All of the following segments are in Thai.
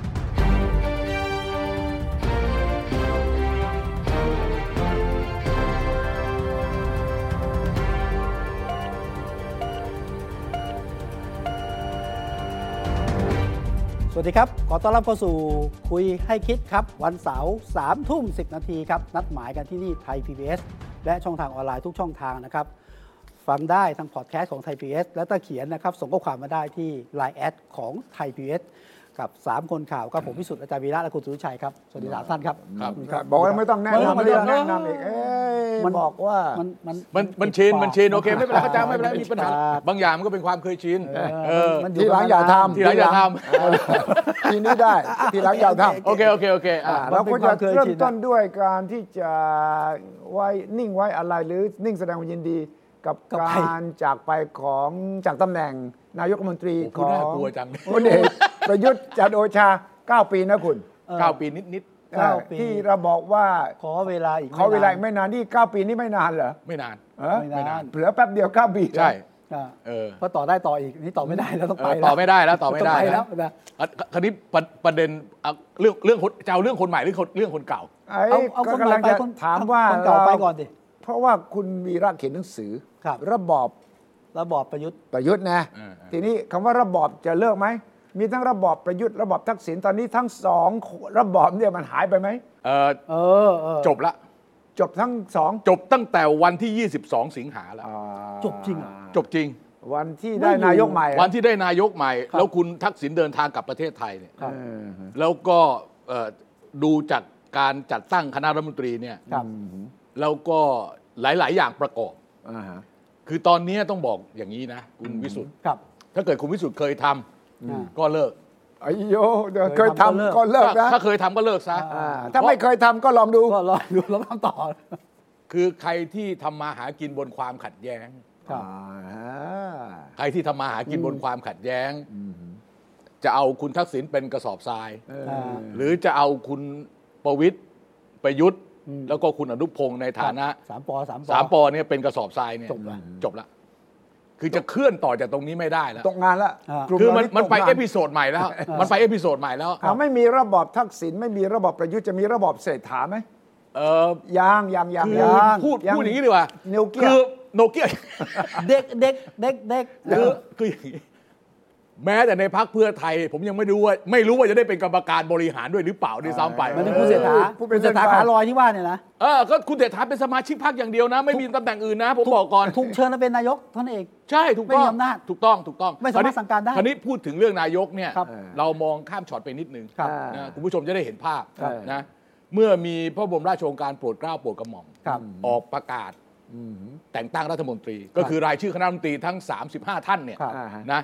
สวัสดีครับ ขอต้อนรับเข้าสู่คุยให้คิดครับ วันเสาร์สามทุ่มสินาทีครับ นัดหมายกันที่นี่ไทย PBS และช่องทางออนไลน์ทุกช่องทางนะครับ ฟังได้ทางพอดแคสต์ของไทย PBS และถ้าเขียนนะครับ ส่งข้อความมาได้ที่ Line แอดของไทย PBS กับ 3 คนข่าวกับผมพิสุทธิ์อาจารย์วีระและคุณสุรุชัยครับ สวัสดีสามท่านครับ ครับ ณ บอกว่าไม่ต้องแนะนำ ไม่ ไม่ ต้ ต้ อ อง ง แนะ แนะ นำ นำอีกเอ้ย มัน บอกว่า มันมัน มันมันชินมันชินโอเคไม่เป็นไรเข้าใจไม่เป็นไร ติ มี ด ปัญหา ปก บางอย่างมันก็เป็นความเคยชินเออ มัน ทีหลังอย่าทำ ทีหลังอย่าทำ เออทีนี้ได้ ทีหลังอย่าทำ โอเคโอเคโอเคอ่ะ ะ เราควร มันเป็นคจะวามเคยชิน เริ่มต้นด้วยการที่จะไว้นิ่งไว้อะไรหรือนิ่งแสดงความยินดีกับการจากไปของจากตำแหน่งนายกรัฐมนตรี โอ้ ข คุณ อ น่าง กลัวจัง พลเอกประยุทธ์จันทร์โอชา 9 ปีนะคุณ เก้าปีนิดนิด เก้าปี ที่เราบอกว่า ขอเวลาอีก ขอเวลา ไม่นาน ไม่นานนี่ 9 ปีนี่ไม่นานเหรอ ๆไม่นาน ฮะ ไม่นาน เหลือแป๊บเดียว 9 ปี ใช่ อ่ะ เออ เพราะต่อได้ต่ออีกนี่ต่อไม่ได้แล้วต้อง เอ ไป อ แล้ว ต่อไม่ได้แล้วต่อไม่ได้ งปแล้ แล้ว ว นะ อ่ะคราวนี้ประประเด็นอ่ะเรื่องเรื่องคนจะเอาเรื่องคนใหม่หรือคนเรื่องคนเก่า ไอ้ เอาเอาคน กำลัง ใหม่ จะ ไปคน ถามว่า คนเก่าไป ร ก่อนดิ เพราะว่าคุณวีระเขียนหนังสือ ครับ ระบอบ ระบอบประยุทธ์ ประยุทธ์นะ เออเออ ทีนี้คำว่าระบอบจะเลิกไหม มีทั้งระบอบประยุทธ์ระบอบทักษิณตอนนี้ทั้งสองระบอบเนี่ยมันหายไปไหม เออ เออเออ จบละ จบทั้งสอง จบตั้งแต่วันที่ 22 สิงหาแล้ว อ่า จบจริงเหรอ จบจริง วันที่ ไม่ ได้ อยู่ นายกใหม่อะ วันที่ได้นายกใหม่ แล้วคุณทักษิณเดินทางกลับประเทศไทยเนี่ย ครับ เออ แล้วก็เอ่อดูจากการจัดตั้งคณะรัฐมนตรีเนี่ย ครับ แล้วก็หลาย ๆ อย่างประกอบ อ่าฮะ คือตอนนี้ต้องบอกอย่างนี้นะ คุณวิสุทธ์ ครับ ถ้าเกิดคุณวิสุทธ์เคยทำ อืม ก็เลิก ไอ้โยเดี๋ยวเคย เคยทำ ทำ ก็ ก็ เลิ เลิ ก กนะ ถ้าเคยทำก็เลิกซะ อ่าถ้าไม่เคยทำก็ลองดู ก็รอ ดูแล้วทำต่อ คือใครที่ทำมาหากินบนความขัดแย้ง ครับ ใครที่ทำมาหากินบนความขัดแย้ง จะเอาคุณทักษิณเป็นกระสอบทราย อ่า หรือจะเอาคุณประวิทย์ประยุทธ์ แล้วก็คุณอนุพงศ์ในฐานะ สามปอสามปอ สามปอเนี่ยเป็นกระสอบทรายเนี่ย จบละ จบละคือจะเคลื่อนต่อจากตรงนี้ไม่ได้แล้ว ตกงานละ อ่า กลุ่ คือมัน เรา มันไป ตกงา เอพิโซดใหม่แล้ว มันไปเอพิโซดใหม่แล้ว อ่าไม่มีระบอบทักษิณไม่มีระบอบประยุทธ์จะมีระบอบเศรษฐาไหม เออ ยังยังยัง คือ ยัง พูดพูดอย่างนี้ดีกว่า โนเกีย คือโนเกีย เด็กเด็กเด็กเด็ก คือคืออย่างนี้แม้แต่ในพักเพื่อไทย ผมยังไม่รู้ว่า ไม่รู้ว่าจะได้เป็นกรรมการบริหารด้วยหรือเปล่าด้วยซ้ำไป มันเป็นผู้เสียฐา ผู้เป็น เสียฐา เส้นทาง ขาลอยที่ว่าเนี่ยนะ เออก็คุณเดชทัพเป็นสมาชิกพักอย่างเดียวนะ ไม่มีตำแหน่งอื่นนะ ผมบอกก่อน ถูกเชิญมาเป็นนายกเท่านั้นเอง ใช่ถูกต้อง ไม่มีอำนาจ ถูกต้องถูกต้อง ไม่สามารถ ควนี้ สั่งการได้ คราวนี้พูดถึงเรื่องนายกเนี่ย ครับ เรามองข้ามช็อตไปนิดนึง ครับ นะคุณผู้ชมจะได้เห็นภาพ ครับ นะเมื่อมีพระบรมราชโองการโปรดเกล้าโปรดกระหม่อม ครับ ออกประกาศ แต่งตั้งรัฐมนตรี ก็คือรายชื่อคณะรัฐมนตรีทั้ง 35 ท่านเนี่ย ครับ อ่าฮะ นะ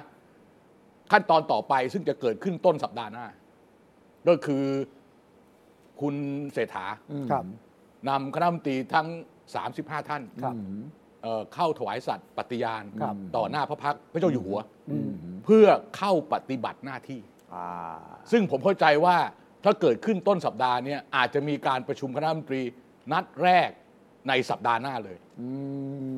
ขั้นตอนต่อไปซึ่งจะเกิดขึ้นต้นสัปดาห์หน้า ก็คือคุณเศรษฐา ครับ นำคณะรัฐมนตรีทั้ง 35 ท่าน ครับ เอ่อเข้าถวายสัตย์ปฏิญาณ ครับ ต่อหน้าพระพักตร์พระเจ้าอยู่หัว เพื่อเข้าปฏิบัติหน้าที่ อ่า ซึ่งผมเข้าใจว่าถ้าเกิดขึ้นต้นสัปดาห์เนี่ยอาจจะมีการประชุมคณะรัฐมนตรีนัดแรกในสัปดาห์หน้าเลย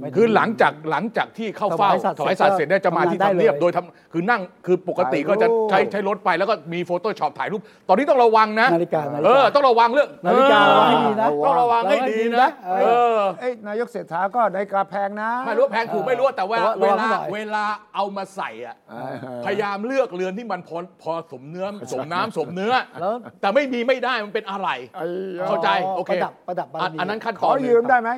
ไม่ถึง คือหลังจากหลังจากที่เข้าเฝ้า ถวายสัตว์ ถวายสัตว์เสร็จเนี่ยจะมาที่ ทำงานได้ ทำเนียบ เลย โดยทำคือนั่งคือปกติก็จะใช้ใช้รถไปแล้วก็มีโฟโต้ช็อปถ่ายรูป ตอนนี้ต้องระวังนะ นาฬิกานาฬิ เอก า อ ต้องระวังเรื่อง นาฬิการะวังให้ดีนะ เออต้องระวังให้ดีนะ เออ เอ้ยนายกเศรษฐาก็ได้กาแพงนะ ไม่รู้ว่าแพงถูกไม่รู้แต่ว่า ระวั เว ง ลา หน่อย เวลาเอามาใส่อ่ะ อ่า พยายามเลือกเรือนที่มันพอพอสมเนื้อสมน้ำสมเนื้อ แล้ว แต่ไม่มีไม่ได้มันเป็นอะไร ไอ้ย เข้าใจโอเค ประดับประดับบาร อัน มี อันนั้นขั้น ข ตอ อน หนึ่ง ยืมได้ไหม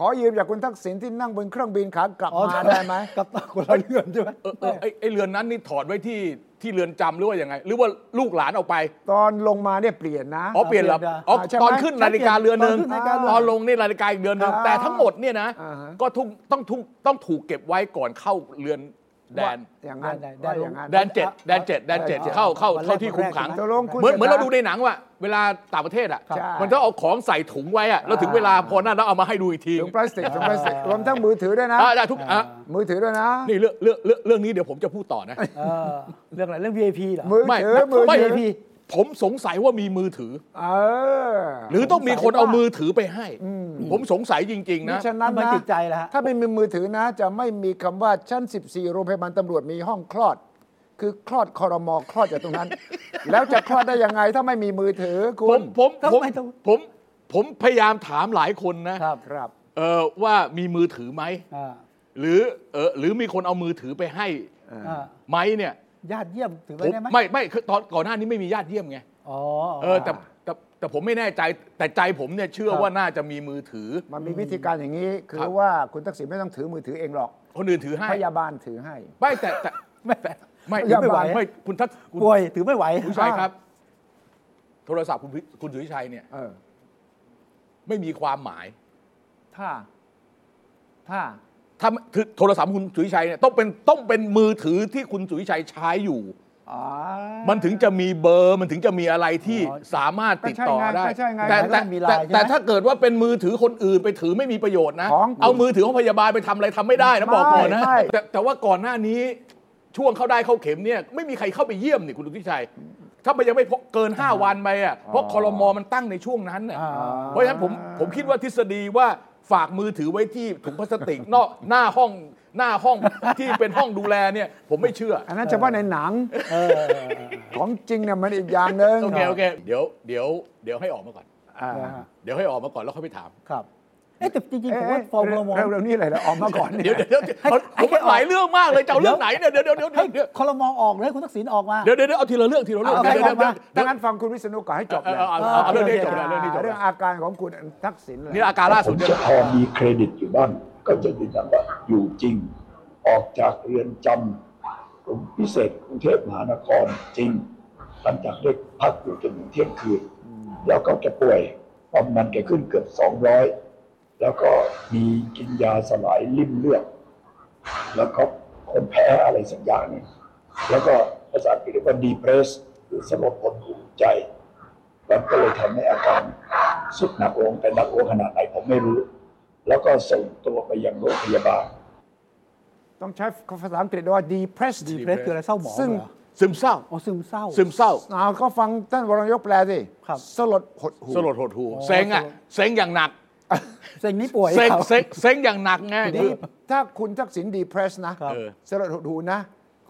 ขอยืมจากคุณทักษิณที่นั่งบนเครื่องบินขากลับ อ๋อ มาได้ไหม กับคนละเรือนใช่ไหม เออเออไอ้ไอ้เรือนนั้นนี่ถอดไว้ที่ที่เรือนจำหรือว่ายังไง หรือว่าลูกหลานเอาไป ตอนลงมาเนี่ยเปลี่ยนนะ อ๋อเปลี่ยนเหรอ เปลี่ยนเหรอ อ๋อ ใช่ไหม ตอนขึ้นนาฬิกาเรือนหนึ่ง ตอนขึ้นนาฬิกาเรือน ตอนลงนี่นาฬิกาอีกเรือนหนึ่ง อ่า แต่ทั้งหมดเนี่ยนะ อ่าฮะ ก็ทุกต้องถูกต้องถูกเก็บไว้ก่อนเข้าเรือนแดน อย่างนั้น ได้ได้ ว่าอย่างนั้น แดนเจ็ดแดนเจ็ดแดนเจ็ด อ่า เข้าเข้า วันแรก เข้าที่คุมขัง วัน แรกตกลงคุณ เหมือนเหมือน เศรษ เรา ฐา ดูในหนังว่ะเวลาต่างประเทศอ่ะ ใช่ มันต้องเอาของใส่ถุงไว้อ่ะแล้วถึงเวลาพอหน้าแล้วเอามาให้ดูอีกที ถุงพลาสติกถุงพลาสติกรวมทั้งมือถือด้วยนะ อ่าได้ทุกอ่ะ มือถือด้วยนะ นี่เรื่องเรื่องเรื่องเรื่องนี้เดี๋ยวผมจะพูดต่อนะ เออเรื่องอะไรเรื่อง VIP เหรอ มือ ไม่ ถือมือ ไม่ ถือ VIP ผมสงสัยว่ามีมือถือ เออ หรือต้องมีคนเอามือถือไปให้ อืม ผมสงสัยจริง ๆ มิ นะ ฉะนั้น ทำไม นะ ติดใจล่ะฮะ ถ้าไม่มีมือถือนะ จะไม่มีคำว่าชั้น 14 โรงพยาบาลตำรวจมีห้องคลอด คือคลอดคอรมอคลอดจากตรงนั้น แล้วจะคลอดได้ยังไงถ้าไม่มีมือถือคุ ผ ณ มผม ทำ ผม ไมต้อง ผมผมพยายามถามหลายคนนะครับ ครับ เออว่ามีมือถือไหม อ่า หรือเออหรือมีคนเอามือถือไปให้ อ่า ไหมเนี่ย ญาติเยี่ยมถือ ผ ไว้ ม ได้ไหม ไม่ไม่คือตอนก่อนหน้านี้ไม่มีญาติเยี่ยมไง อ๋อ เออแต่แต่แต่ผมไม่แน่ใจ แต่ใจผมเนี่ยเชื่อ ครับ ว่าน่าจะมีมือถือ มันมีวิธีการอย่างนี้ คื ครั อบ ว่าคุณทักษิณไม่ต้องถือมือถือเองหรอก คนอื่นถือให้ พยาบาลถือให้ ไม่แต่แต่ ไม่แปลก ไม่ ไม่ไหว ไม่คุณทัศคุณ ป่วยถือไม่ไหว คุณชัยครับ โทรศัพท์คุณพิคุณสุริชัยเนี่ย เออ ไม่มีความหมาย ถ้า ถ้า ถ้าถือโทรศัพท์คุณสุริชัยเนี่ยต้องเป็นต้องเป็นมือถือที่คุณสุริชัยใช้อยู่ อ๋อ มันถึงจะมีเบอร์มันถึงจะมีอะไรที่ อ๋อ สามารถติดต่อได้ ก็ใช่ไงก็ใช่ไง แต่แต่ มันก็มี แต่ ไลน์ใช่ไหม แต่ถ้าเกิดว่าเป็นมือถือคนอื่นไปถือไม่มีประโยชน์นะ ของ เอามือถือของพยาบาลไปทำอะไรทำไม่ได้นะ ไม่ บอกก่อนนะ ไม่ แต่แต่ว่าก่อนหน้านี้ช่วงเข้าได้เข้าเข็มเนี่ยไม่มีใครเข้าไปเยี่ยมนี่คุณลุทธิชัย ถ้ามันยังไม่พอเกิน 5 วันไปอ่ะเพราะคอรมอมันตั้งในช่วงนั้นน่ะ อ่า เพราะฉะนั้นผมผมคิดว่าทฤษฎีว่าฝากมือถือไว้ที่ถุงพลาสติกนอกหน้าห้องหน้าห้องที่เป็นห้องดูแลเนี่ย ผมไม่เชื่อ อันนั้นเฉพาะในหนัง เออเออเออ ของจริงเนี่ยมันอีกอย่างหนึ่ง โอเคโอเคเดี๋ยวเดี๋ยวเดี๋ยวให้ออกมาก่อน อ่า เออฮะ เดี๋ยวให้ออกมาก่อนแล้วค่อยไปถาม ครับเอ๊ะแต่จริงๆผม เอ๊ะ ว่าฟอร์มละม เร็วๆนี้เลยนะออกมาก่อนเนี่ เดี๋ยวย เดี๋ยวเดี๋ยวให้เขาผม ให้ มันหลายเรื่องมากเลยจะเอา เดี๋ เรื่ ย อ ว งไหนเนี่ยเดี๋ยวเดี๋ยวเดี๋ยว ให้ เดี๋ยว คอรมอออกเลยคุณทักษิณออกมา เดี๋ยวเดี๋ยวเดี๋ยวเอาทีละเรื่องทีละเรื่อง เอา เดี๋ยใครวเดี๋ยวเดี๋ยว ออกมา เดี๋ ดั ย ง ว นั้นฟังคุณวิษณุก่อนให้จบ เออเอาเอาเอาเรื่องนี้จบนะเรื่องนี้จบนะ เรื่องอาการของคุณทักษิณเลย นี่อาการล่าสุด ผม เนี่ย จะแอบมีเครดิตอยู่บ้างก็จะยืนยันว่าอยู่จริง ออกจากเรือนจำกรมพิเศษกรุงเทพมหานครจริงหลังจากได้พักอยู่จนถึงเที่ยงคืน แล้วก็จะป่วยความดันแกขึ้นเกือบสองร้อยแล้วก็มีกินยาสลายลิ่มเลือด แล้วก็คนแพ้อะไรสักอย่างหนึ่งแล้วก็ภาษาอังกฤษเรียกว่า depress คือสลบหดหู่ใจ มันก็เลยทำให้อาการสุดหนักลงแต่หนักลงขนาดไหนผมไม่รู้ แล้วก็ส่งตัวไปยังโรงพยาบาล ต้องใช้ภาษาอังกฤษว่า depressed ดีเพรสคืออะไรเศร้าหมอง ซึ่ง เหรอ ซึมเศร้า อ๋อซึมเศร้า ซึมเศร้า เอาก็ฟังท่านวรยกแปลสิ ครับ สลดหดหู สลดหดหู่เซ็งอ่ะเซ็งอย่างหนัก เซ็งนี้ป่วย เซ็ง ครับ เซ็งเซ็งอย่างหนักไง นี่ถ้าคุณทักษิณดีเพรสนะครับ เออ สลดหดหูนะ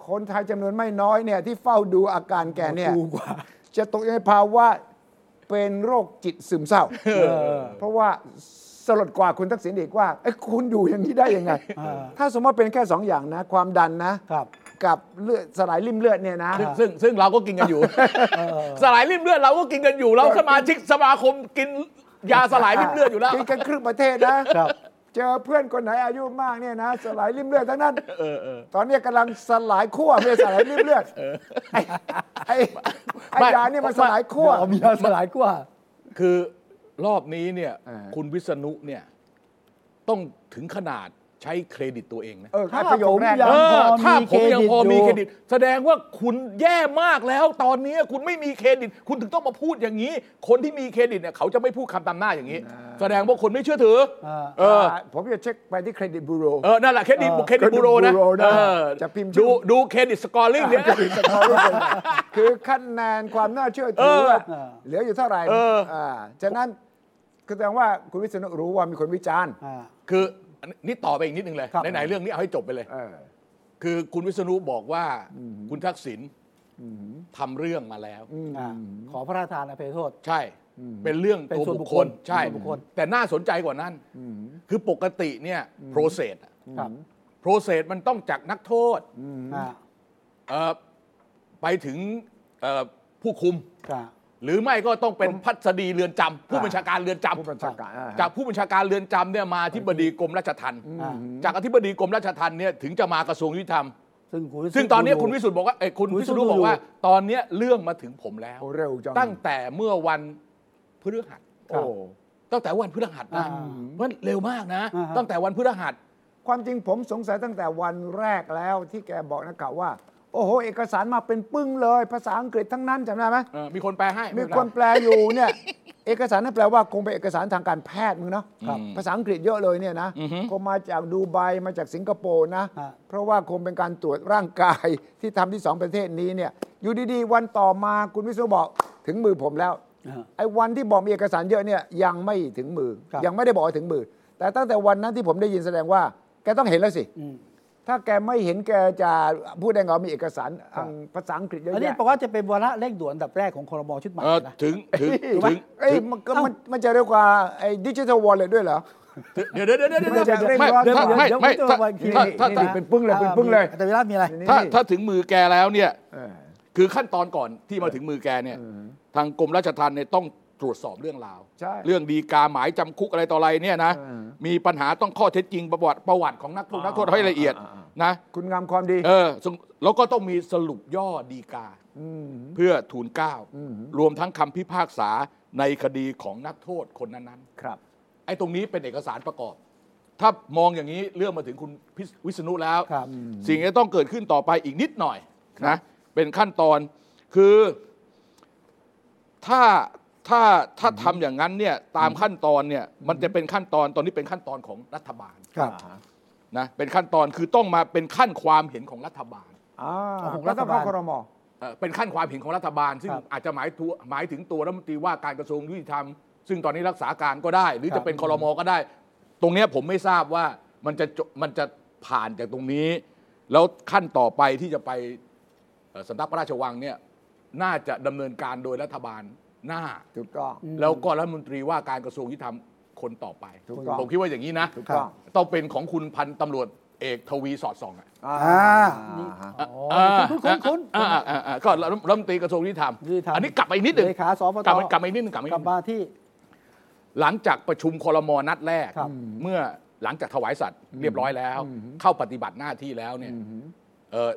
คนไทยจำนวนไม่น้อยเนี่ยที่เฝ้าดูอาการแกเนี่ย ถูกกว่า จะตกอยู่ในภาวะเป็นโรคจิตซึมเศร้า อ เพราะว่าสลดกว่าคุณทักษิณอีกว่าเอ้ยคุณอยู่อย่างนี้ได้ยังไง เออ ถ้าสมมติว่าเป็นแค่สองอย่างนะ ความดันนะ ครับ กับเลือดสลายริ่มเลือดเนี่ยนะ ซึ่งซึ่งซึ่งเราก็กินกันอยู่ สลายริ่มเลือดเราก็กินกันอยู่เราสมาชิกสมาคมกินยาสลายริ่มเลือดอยู่แล้ว กินกันครึ่งประเทศนะครับ เจอเพื่อนคนไหนอายุมากเนี่ยนะสลายริ่มเลือดทั้งนั้นตอนเนี้ยกำลังสลายขั้วไม่ใช่สลายริ่มเลือดไอ้ไอ้ไอ้ ไม่ ยาเนี่ยมันสลายขั้ว เอามียาสลายกว่า คือรอบนี้เนี่ย อ่า คุณวิษณุเนี่ยต้องถึงขนาดใช้เครดิตตัวเองนะ เออไอ้ประโยคแรก ถ้า เอ ผมอนะพอ ถ้าผมยังพอ มี มี เค เค ร ร ดิ ดิ ตอตยู่ แสดงว่าคุณแย่มากแล้วตอนนี้คุณไม่มีเครดิต คุณถึงต้องมาพูดอย่างนี้ คนที่มีเครดิตเนี่ยเขาจะไม่พูดคำตามหน้าอย่างนี้ แสดงว่าคนไม่เชื่อถืออา เออ ผมจะเช็คไปที่เครดิตบูโร เออ นั่นแหละเครดิต เออ เครดิตบูโรนะ เครดิตบูโรนะ เออ จะพิมพ์ชื่ ดู อ ดูเครดิตสกอร์ลิงเนี่ย คือคะแนนความน่าเชื่อ เอ ถือ อ ว่าเหลืออยู่เท่าไหร่ เออ อ่าจากนั้นก็แสดงว่าคุณวิษณุรู้ว่ามีคนวิจารณ์ อ่า คืออันนี่ต่อไปอีกนิดนึงเลย ครับ ไหนๆเรื่องนี้เอาให้จบไปเลย เออ คือคุณวิษณุบอกว่าคุณทักษิณทำเรื่องมาแล้ว อ่าขอพระราชทานอภัยโทษ ใช่ เป็นเรื่อง เป็นส่ตัววนบุ บุ ค ค ค ค ล ล ใช่ เป็นส่วนบุคคล แต่น่าสนใจกว่านั้น คือปกติเนี่ยโปรเซส ครับ โปรเซสมันต้องจากนักโทษ อ่า เอ่อไปถึงเอ่อผู้คุม อ่า หรือไม่ก็ต้องเป็นพัสดีเรือนจำผู้บัญชาการเรือนจำ ผู้บัญชาการอ่า จากผู้บัญชาการเรือนจำเนี่ยมาที่บดีกรมราชทัณฑ์ อ่า จากอธิบดีกรมราชทัณฑ์เนี่ยถึงจะมากระทรวงยุติธรรม ซึ่งคุณ ซึ่งตอนนี้คุณวิสุทธ์บอกว่าเอ้ยคุณ คุณวิ วิ สุ สุ ท ท ธิ์ ธ์บอกว่า รู้ ตอนเนี้ยเรื่องมาถึงผมแล้ว โอ้เร็วจัง ตั้งแต่เมื่อวันพฤหัส โอ้ ตั้งแต่วันพฤหัสนะ อ่า เพราะฉะนั้นเร็วมากนะ อ่าฮะ ตั้งแต่วันพฤหัส ความจริงผมสงสัยตั้งแต่วันแรกแล้วที่แกบอกนักข่าวว่า โอ้โห เอกสารมาเป็นปึ้งเลย ภาษาอังกฤษทั้งนั้นจำได้ไหม เอ่อมีคนแปลให้ มี ไเป็ไร คนแปลอยู่เนี่ย เอกสารนั่นแปลว่าคงเป็นเอกสารทางการแพทย์มึงเนาะ ครับ ภาษาอังกฤษเยอะเลยเนี่ยนะ อือฮึ คงมาจากดูไบมาจากสิงคโปร์นะ ฮะ เพราะว่าคงเป็นการตรวจร่างกาย ที่ทำที่สองประเทศนี้เนี่ยอยู่ดีๆ วันต่อมาคุณวิศนุบอกถึงมือผมแล้ว อ่า ไอ้วันที่บอกมีเอกสารเยอะเนี่ยยังไม่ถึงมือ ครับ ยังไม่ได้บอกว่าถึงมือ แต่ตั้งแต่วันนั้นที่ผมได้ยินแสดงว่า แกต้องเห็นแล้วสิ อืม ถ้าแกไม่เห็นแกจะพูดได้ไงว่ามีเอกสารอังภาษาอังกฤษเยอะ อันนี้ แยะ แปลว่าจะเป็นวาระเร่งด่วนอันดับแรกของครมชุดใหม่ เออ นะ ถึงถึง ถูกไหม ถึง เอ้ยมันก็มันมันจะเรียกว่าไอ้ดิจิทัลวอลเล็ตด้วยเหรอ ถึงเดี๋ยวเดี๋ยวเดี๋ยวเดี๋ยวเดี๋ไม่ใช่ยว เร่ง ไม่ ร้อน ถ้า เดี๋ยว ไม่ เดี๋ยวเดี๋ยไม่ว ถ้า วันที่ ถ้าถ้าถ้านี่ะ เป็นปึ้งเลยเป็น อ่า ปึ้งเลย มีแต่เวลามีอะไร ถ้าถ้าถึงมือแกแล้วเนี่ย เออ คือขั้นตอนก่อนที่มาถึงมือแกเนี่ย ทางกรมราชทัณฑ์เนี่ยต้องตรวจสอบเรื่องราว ใช่ เรื่องดีกาหมายจำคุกอะไรต่ออะไรเนี่ยนะ อืม มีปัญหาต้องข้อเท็จจริงประวัติประวัติของนักโทษนักโทษให้ละเอียดนะ คุณงามความดี เออซึ่งแล้วก็ต้องมีสรุปย่อดีกา เพื่อทูลเกล้า อืม รวมทั้งคำพิพากษาในคดีของนักโทษคนนั้น ครับ ๆไอ้ตรงนี้เป็นเอกสารประกอบ ถ้ามองอย่างนี้เรื่องมาถึงคุณพิษวิษณุแล้ว ครับ สิ่งที่ต้องเกิดขึ้นต่อไปอีกนิดหน่อยนะเป็นขั้นตอนคือถ้าถ้าถ้าทำอย่างนั้นเนี่ยตามขั้นตอนเนี่ยมันจะเป็นขั้นตอนตอนนี้เป็นขั้นตอนของรัฐบาล ครับ นะเป็นขั้นตอนคือต้องมาเป็นขั้นความเห็นของรัฐบาล อ่า ของรั แล้ว ฐ ก็ บา เข้า ล ครม เอ่อเป็นขั้นความเห็นของรัฐบาล ซึ่ง ครับ อาจจะหมายตัวหมายถึงตัวรัฐมนตรีว่าการกระทรวงยุติธรรม ซึ่งตอนนี้รักษาการก็ได้ หรือ ครั จะ บ เป็นคอรมอก็ได้ ตรงเนี้ยผมไม่ทราบว่ามันจะจบมันจะผ่านจากตรงนี้ แล้วขั้นต่อไปที่จะไปเอ่อสำนักพระราชวังเนี่ยน่าจะดำเนินการโดยรัฐบาลหน้า ถูกต้อง แล้วก็รัฐมนตรีว่าการกระทรวงยุติธรรมคนต่อไป ถูกต้อง ผมคิดว่าอย่างนี้นะ ถูกต้อง ต้องเป็นของคุณพันตำรวจเอกทวีสอดส่องอะ อ่า อ่า ฮะ อ๋อคุ้นคุ้นคุ้น อ่าอ่าอ่าก็รัฐมนตรีกระทรวงยุติธรรม ยุติธรรม อันนี้กลับไปอีกนิดหนึ่ง เลขาสปต กลับมากลับไปอีกนิดหนึ่งกลับไปอีก กลับนิดหนึ่ง มาที่ หลังจากประชุมคอรมอนัดแรก ครับ เมื่อหลังจากถวายสัตย์เรียบร้อยแล้ว เข้าปฏิบัติหน้าที่แล้วเนี่ยเอ่อ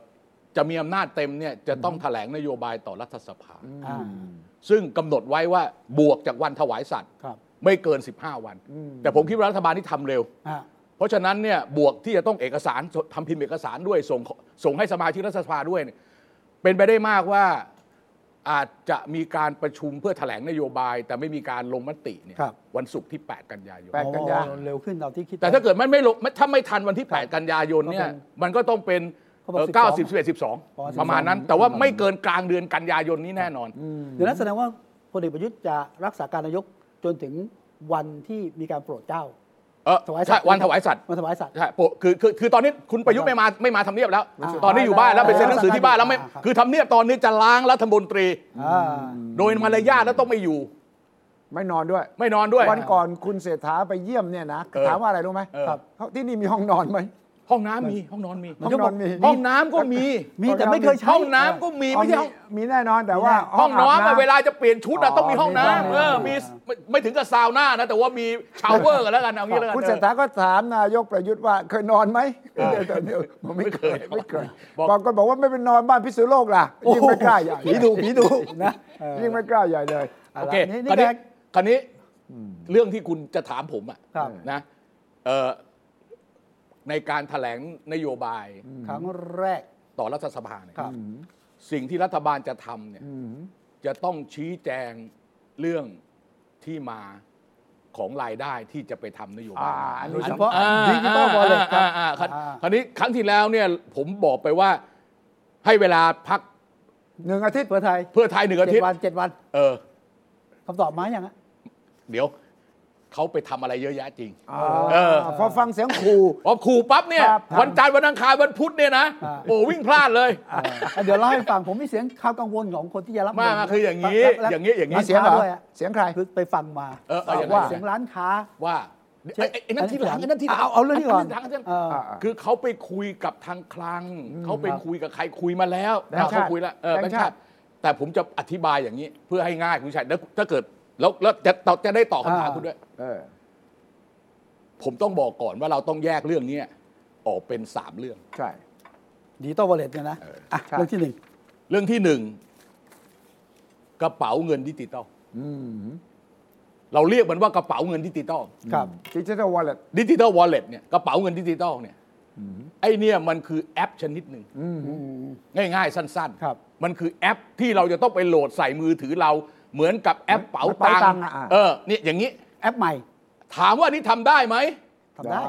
จะมีอำนาจเต็มเนี่ยจะต้องแถลงนโยบายต่อรัฐสภา อ่า ซึ่งกำหนดไว้ว่าบวกจากวันถวายสัตย์ ครับ ไม่เกิน 15 วัน อืม แต่ผมคิดว่ารัฐบาลที่ทำเร็ว อ่า เพราะฉะนั้นเนี่ยบวกที่จะต้องเอกสารทำพิมพ์เอกสารด้วยส่งส่งให้สมาชิกรัฐสภาด้วยเนี่ยเป็นไปได้มากว่าอาจจะมีการประชุมเพื่อแถลงนโยบาย แต่ไม่มีการลงมติเนี่ย ครับ วันศุกร์ที่ 8 กันยายน แปด กันยา อ๋อเร็วขึ้นเราที่คิด แต่ถ้าเกิดมันไม่ลงไม่ถ้าไม่ทันวันที่ 8 กันยายนเนี่ยมันก็ต้องเป็น เขาบอก เอ่อ 12 90 11 12 ประมาณนั้น แต่ว่าไม่เกินกลางเดือนกันยายนนี้แน่นอน เดี๋ยวนั้นแสดงว่าพลเอกประยุทธ์จะรักษาการนายกจนถึงวันที่มีการโปรดเจ้า เออ ถวายสัต ใช่ ย์ วันถวายสัตย์ วันถวายสัตย์ ใช่ปะคือคือคือตอนนี้คุณประยุทธ์ไม่มาไม่มาทำเนียบแล้ว อ่า ตอนนี้อยู่บ้านแล้วไปเซ็นหนังสือที่บ้านแล้วไม่ อ่าครับ คือทำเนียบตอนนี้จะล้างรัฐมนตรี อ่า โดยมารยาทแล้วต้องไม่อยู่ ไม่นอนด้วย ไม่นอนด้วย วันก่อนคุณเศรษฐาไปเยี่ยมเนี่ยนะ เออ ถามว่าอะไรรู้ไหม เออ ครับเพราะที่นี่มีห้องนอนไหม ห้องน้ำมีห้องนอนมี ห้องนอนมี ห้องน้ำก็มี มีแต่ไม่เคยใช้ ห้องน้ำก็มี ห้อ ไม่ ง ใช่ห้อง มีแน่นอนแต่ว่า ห้องน้ำอะ ำ เวลาจะเปลี่ยนชุดอะ อ๋อ ต้องมีห้องน้ำ มีห้องน้ำ เออมีไม่ไม่ถึงกับซาวน่านะ แต่ว่ามีชาวเวอร์กันแล้วกันเอางี้แล้วกัน คุณเศรษฐาก็ถามนายกประยุทธ์ว่าเคยนอนไหมเดี๋ยวเดี๋ยวเดี๋ยวผมไม่เคยไม่เคยบางคนบอกว่าไม่เป็นนอนบ้านพิษณุโลกล่ะยิ่งไม่กล้าใหญ่ ผีดุผีดุนะเออ ยิ่งไม่กล้าใหญ่เลย เอาละโอเค นี่ คราว นี่ นี้ แก คราวนี้เรื่องที่คุณจะถามผมอะ ครับ นะเอ่อในการแถลงนโยบาย ครั้งแรก ต่อรัฐสภาเนี่ย ครับ สิ่งที่รัฐบาลจะทำเนี่ยจะต้องชี้แจงเรื่องที่มาของรายได้ที่จะไปทำนโยบาย อ่าอันนี้ โดยเฉพาะ Digital า Wallet ครับ อ่าอ่า อ่า คราวนี้ครั้งที่แล้วเนี่ยผมบอกไปว่าให้เวลาพัก หนึ่งอาทิตย์ เพื่อไทย เพื่อไทยหนึ่งอา เจ็ ทิ ด ตย์ วันเจ็ดวัน เออ คำตอบมาอย่างอะ เดี๋ยวเขาไปทำอะไรเยอะแยะจริง เออพอฟังเสียงขู่ พอขู่ปั๊บเนี่ย ครับ วันจันทร์วันอังคารวันพุธเนี่ยนะ อ่า โอ้วิ่งพลาดเลย เดี๋ยวเล่าให้ฟังผมมีเสียงข่าวกังวลของคนที่จะรับ มาก เงิ คืออย่างนี้ และและ อย่างนี้อย่างนี้ ร้ เสียงเหรอ ค้าด้วยะ เสียงใคร คือไปฟังมา เออเอาอย่างไร ว่าเสียงร้านค้า ว่า เช็ ไอ้ ค ไอ้ไอ้นั่นที่หลัง อั ไอ้ นที่ นั่นที่หลัง เอาเอาเรื่องนี้ก่อน หลังเรื่อง เออ คือเขาไปคุยกับทางคลัง เขาไปคุยกับใครคุยมาแล้ว แบงค์ชาติ เขาคุยแล้วเออ แบ แบ ง ง ค์ ค์ ชา ชา ติ ติแต่ผมจะอธิบายอย่างนี้ เพื่อให้ง่ายคุณชัยแล้วถ้าเกิดแล้วแล้วจะจะจะได้ตอบคำถาม อ่า คุณด้วย เออ ผมต้องบอกก่อนว่าเราต้องแยกเรื่องเนี้ยออกเป็นสามเรื่อง ใช่ ดิจิตอลวอลเล็ตเนี่ยนะอ่ะ ใช่ เรื่องที่หนึ่ง เรื่องที่หนึ่งกระเป๋าเงินดิจิตอลเราเรียกมันว่ากระเป๋าเงินดิจิตอล ครับ ดิจิทัลวอลเล็ต ดิจิ t a ลวอลเล็ตเนี่ยกระเป๋าเงินดิจิตอลเนี่ยไอเนี่ยมันคือแอปชนิดหนึ่งง่ายๆ สั้น ครับ มันคือแอปที่เราจะต้องไปโหลดใส่มือถือเรา เหมือนกับแอปเป๋า เป๋าตั ตั ง ง ค์ ค์ อ่ะอ่ะ เออเนี่ยอย่างนี้ แอปใหม่ ถามว่าอันนี้ทำได้ไหม ทำได้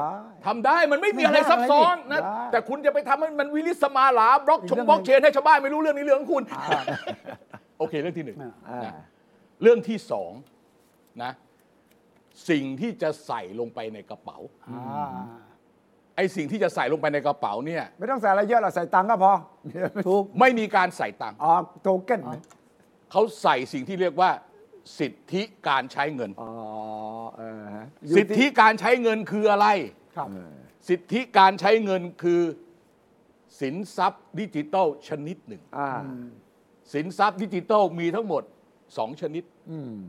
ทำได้มันไม่มีอะไร ไม่ได้ ซับซ้อนนะ ได้ แต่คุณจะไปทำให้มันวิลิสมาหลาบล็อก อีก ช เรื่อง งบล็อก หนึ่ง เชนให้ชาวบ้านไม่รู้เรื่องนี้เรื่องของคุณ โอเคเรื่องที่หนึ่ง อ่า เรื่องที่สองนะสิ่งที่จะใส่ลงไปในกระเป๋า อ่า ไอ้สิ่งที่จะใส่ลงไปในกระเป๋าเนี่ย ไม่ต้องใส่อะไรเยอะหรอกใส่ตังค์ก็พอ ถูก ไม่มีการใส่ตังค์ อ๋อโทเก้น เขาใส่สิ่งที่เรียกว่า สิทธิการใช้เงิน อ๋อเออฮะ สิทธิการใช้เงินคืออะไร ครับ เออ สิทธิการใช้เงินคือสินทรัพย์ดิจิตอลชนิดหนึ่ง อ่า สินทรัพย์ดิจิตอลมีทั้งหมด 2 ชนิด อืม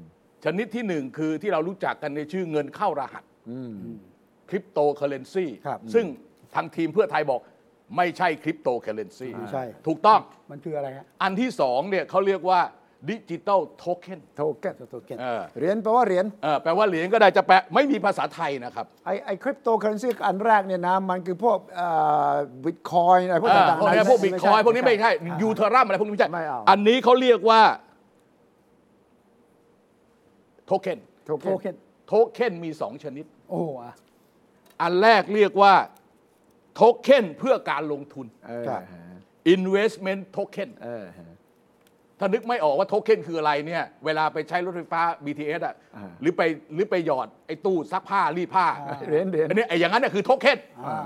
ชนิดที่หนึ่งคือที่เรารู้จักกันในชื่อเงินเข้ารหัส อืม คริปโตเคอเรนซี ครับ ซึ่งทางทีมเพื่อไทยบอกไม่ใช่คริปโตเคอเรนซี ไม่ใช่ ถูกต้อง มันคืออะไรฮะ อันที่สองเนี่ยเขาเรียกว่าดิจิตอลโทเค็น โทเก้น ตัวตัวเก็ต เออ เหรียญแปลว่าเหรียญ เออแปลว่าเหรียญก็ได้จะแปลไม่มีภาษาไทยนะครับ ไอไอคริปโตเคอเรนซีอันแรกเนี่ยนะ มันคือพวกบิตคอยอะไรพวก เออ ต่างๆ พวกนี้ ะ พวกบิตคอยพวกนี้ไม่ใช่ อ่า ยูเทอรัมอะไรพวกนี้ไม่ใช่ ไม่เอา อันนี้เขาเรียกว่าโทเค็น โทเ โทเค็ ก้น น โทเค็นมีสองชนิด โอ้โหอ่ะ อันแรกเรียกว่าโทเค็นเพื่อการลงทุน เออ ครับ ฮะ investment token เออฮะ ถ้านึกไม่ออกว่าโทเค็นคืออะไรเนี่ย เวลาไปใช้รถไฟฟ้า BTS อ่ะ อ่า หรือไปหรือไปหยอดไอ้ตู้ซักผ้ารีดผ้า เหรียญเหรียญ อันนี้ไอ้อย่างนั้นน่ะคือโทเค็น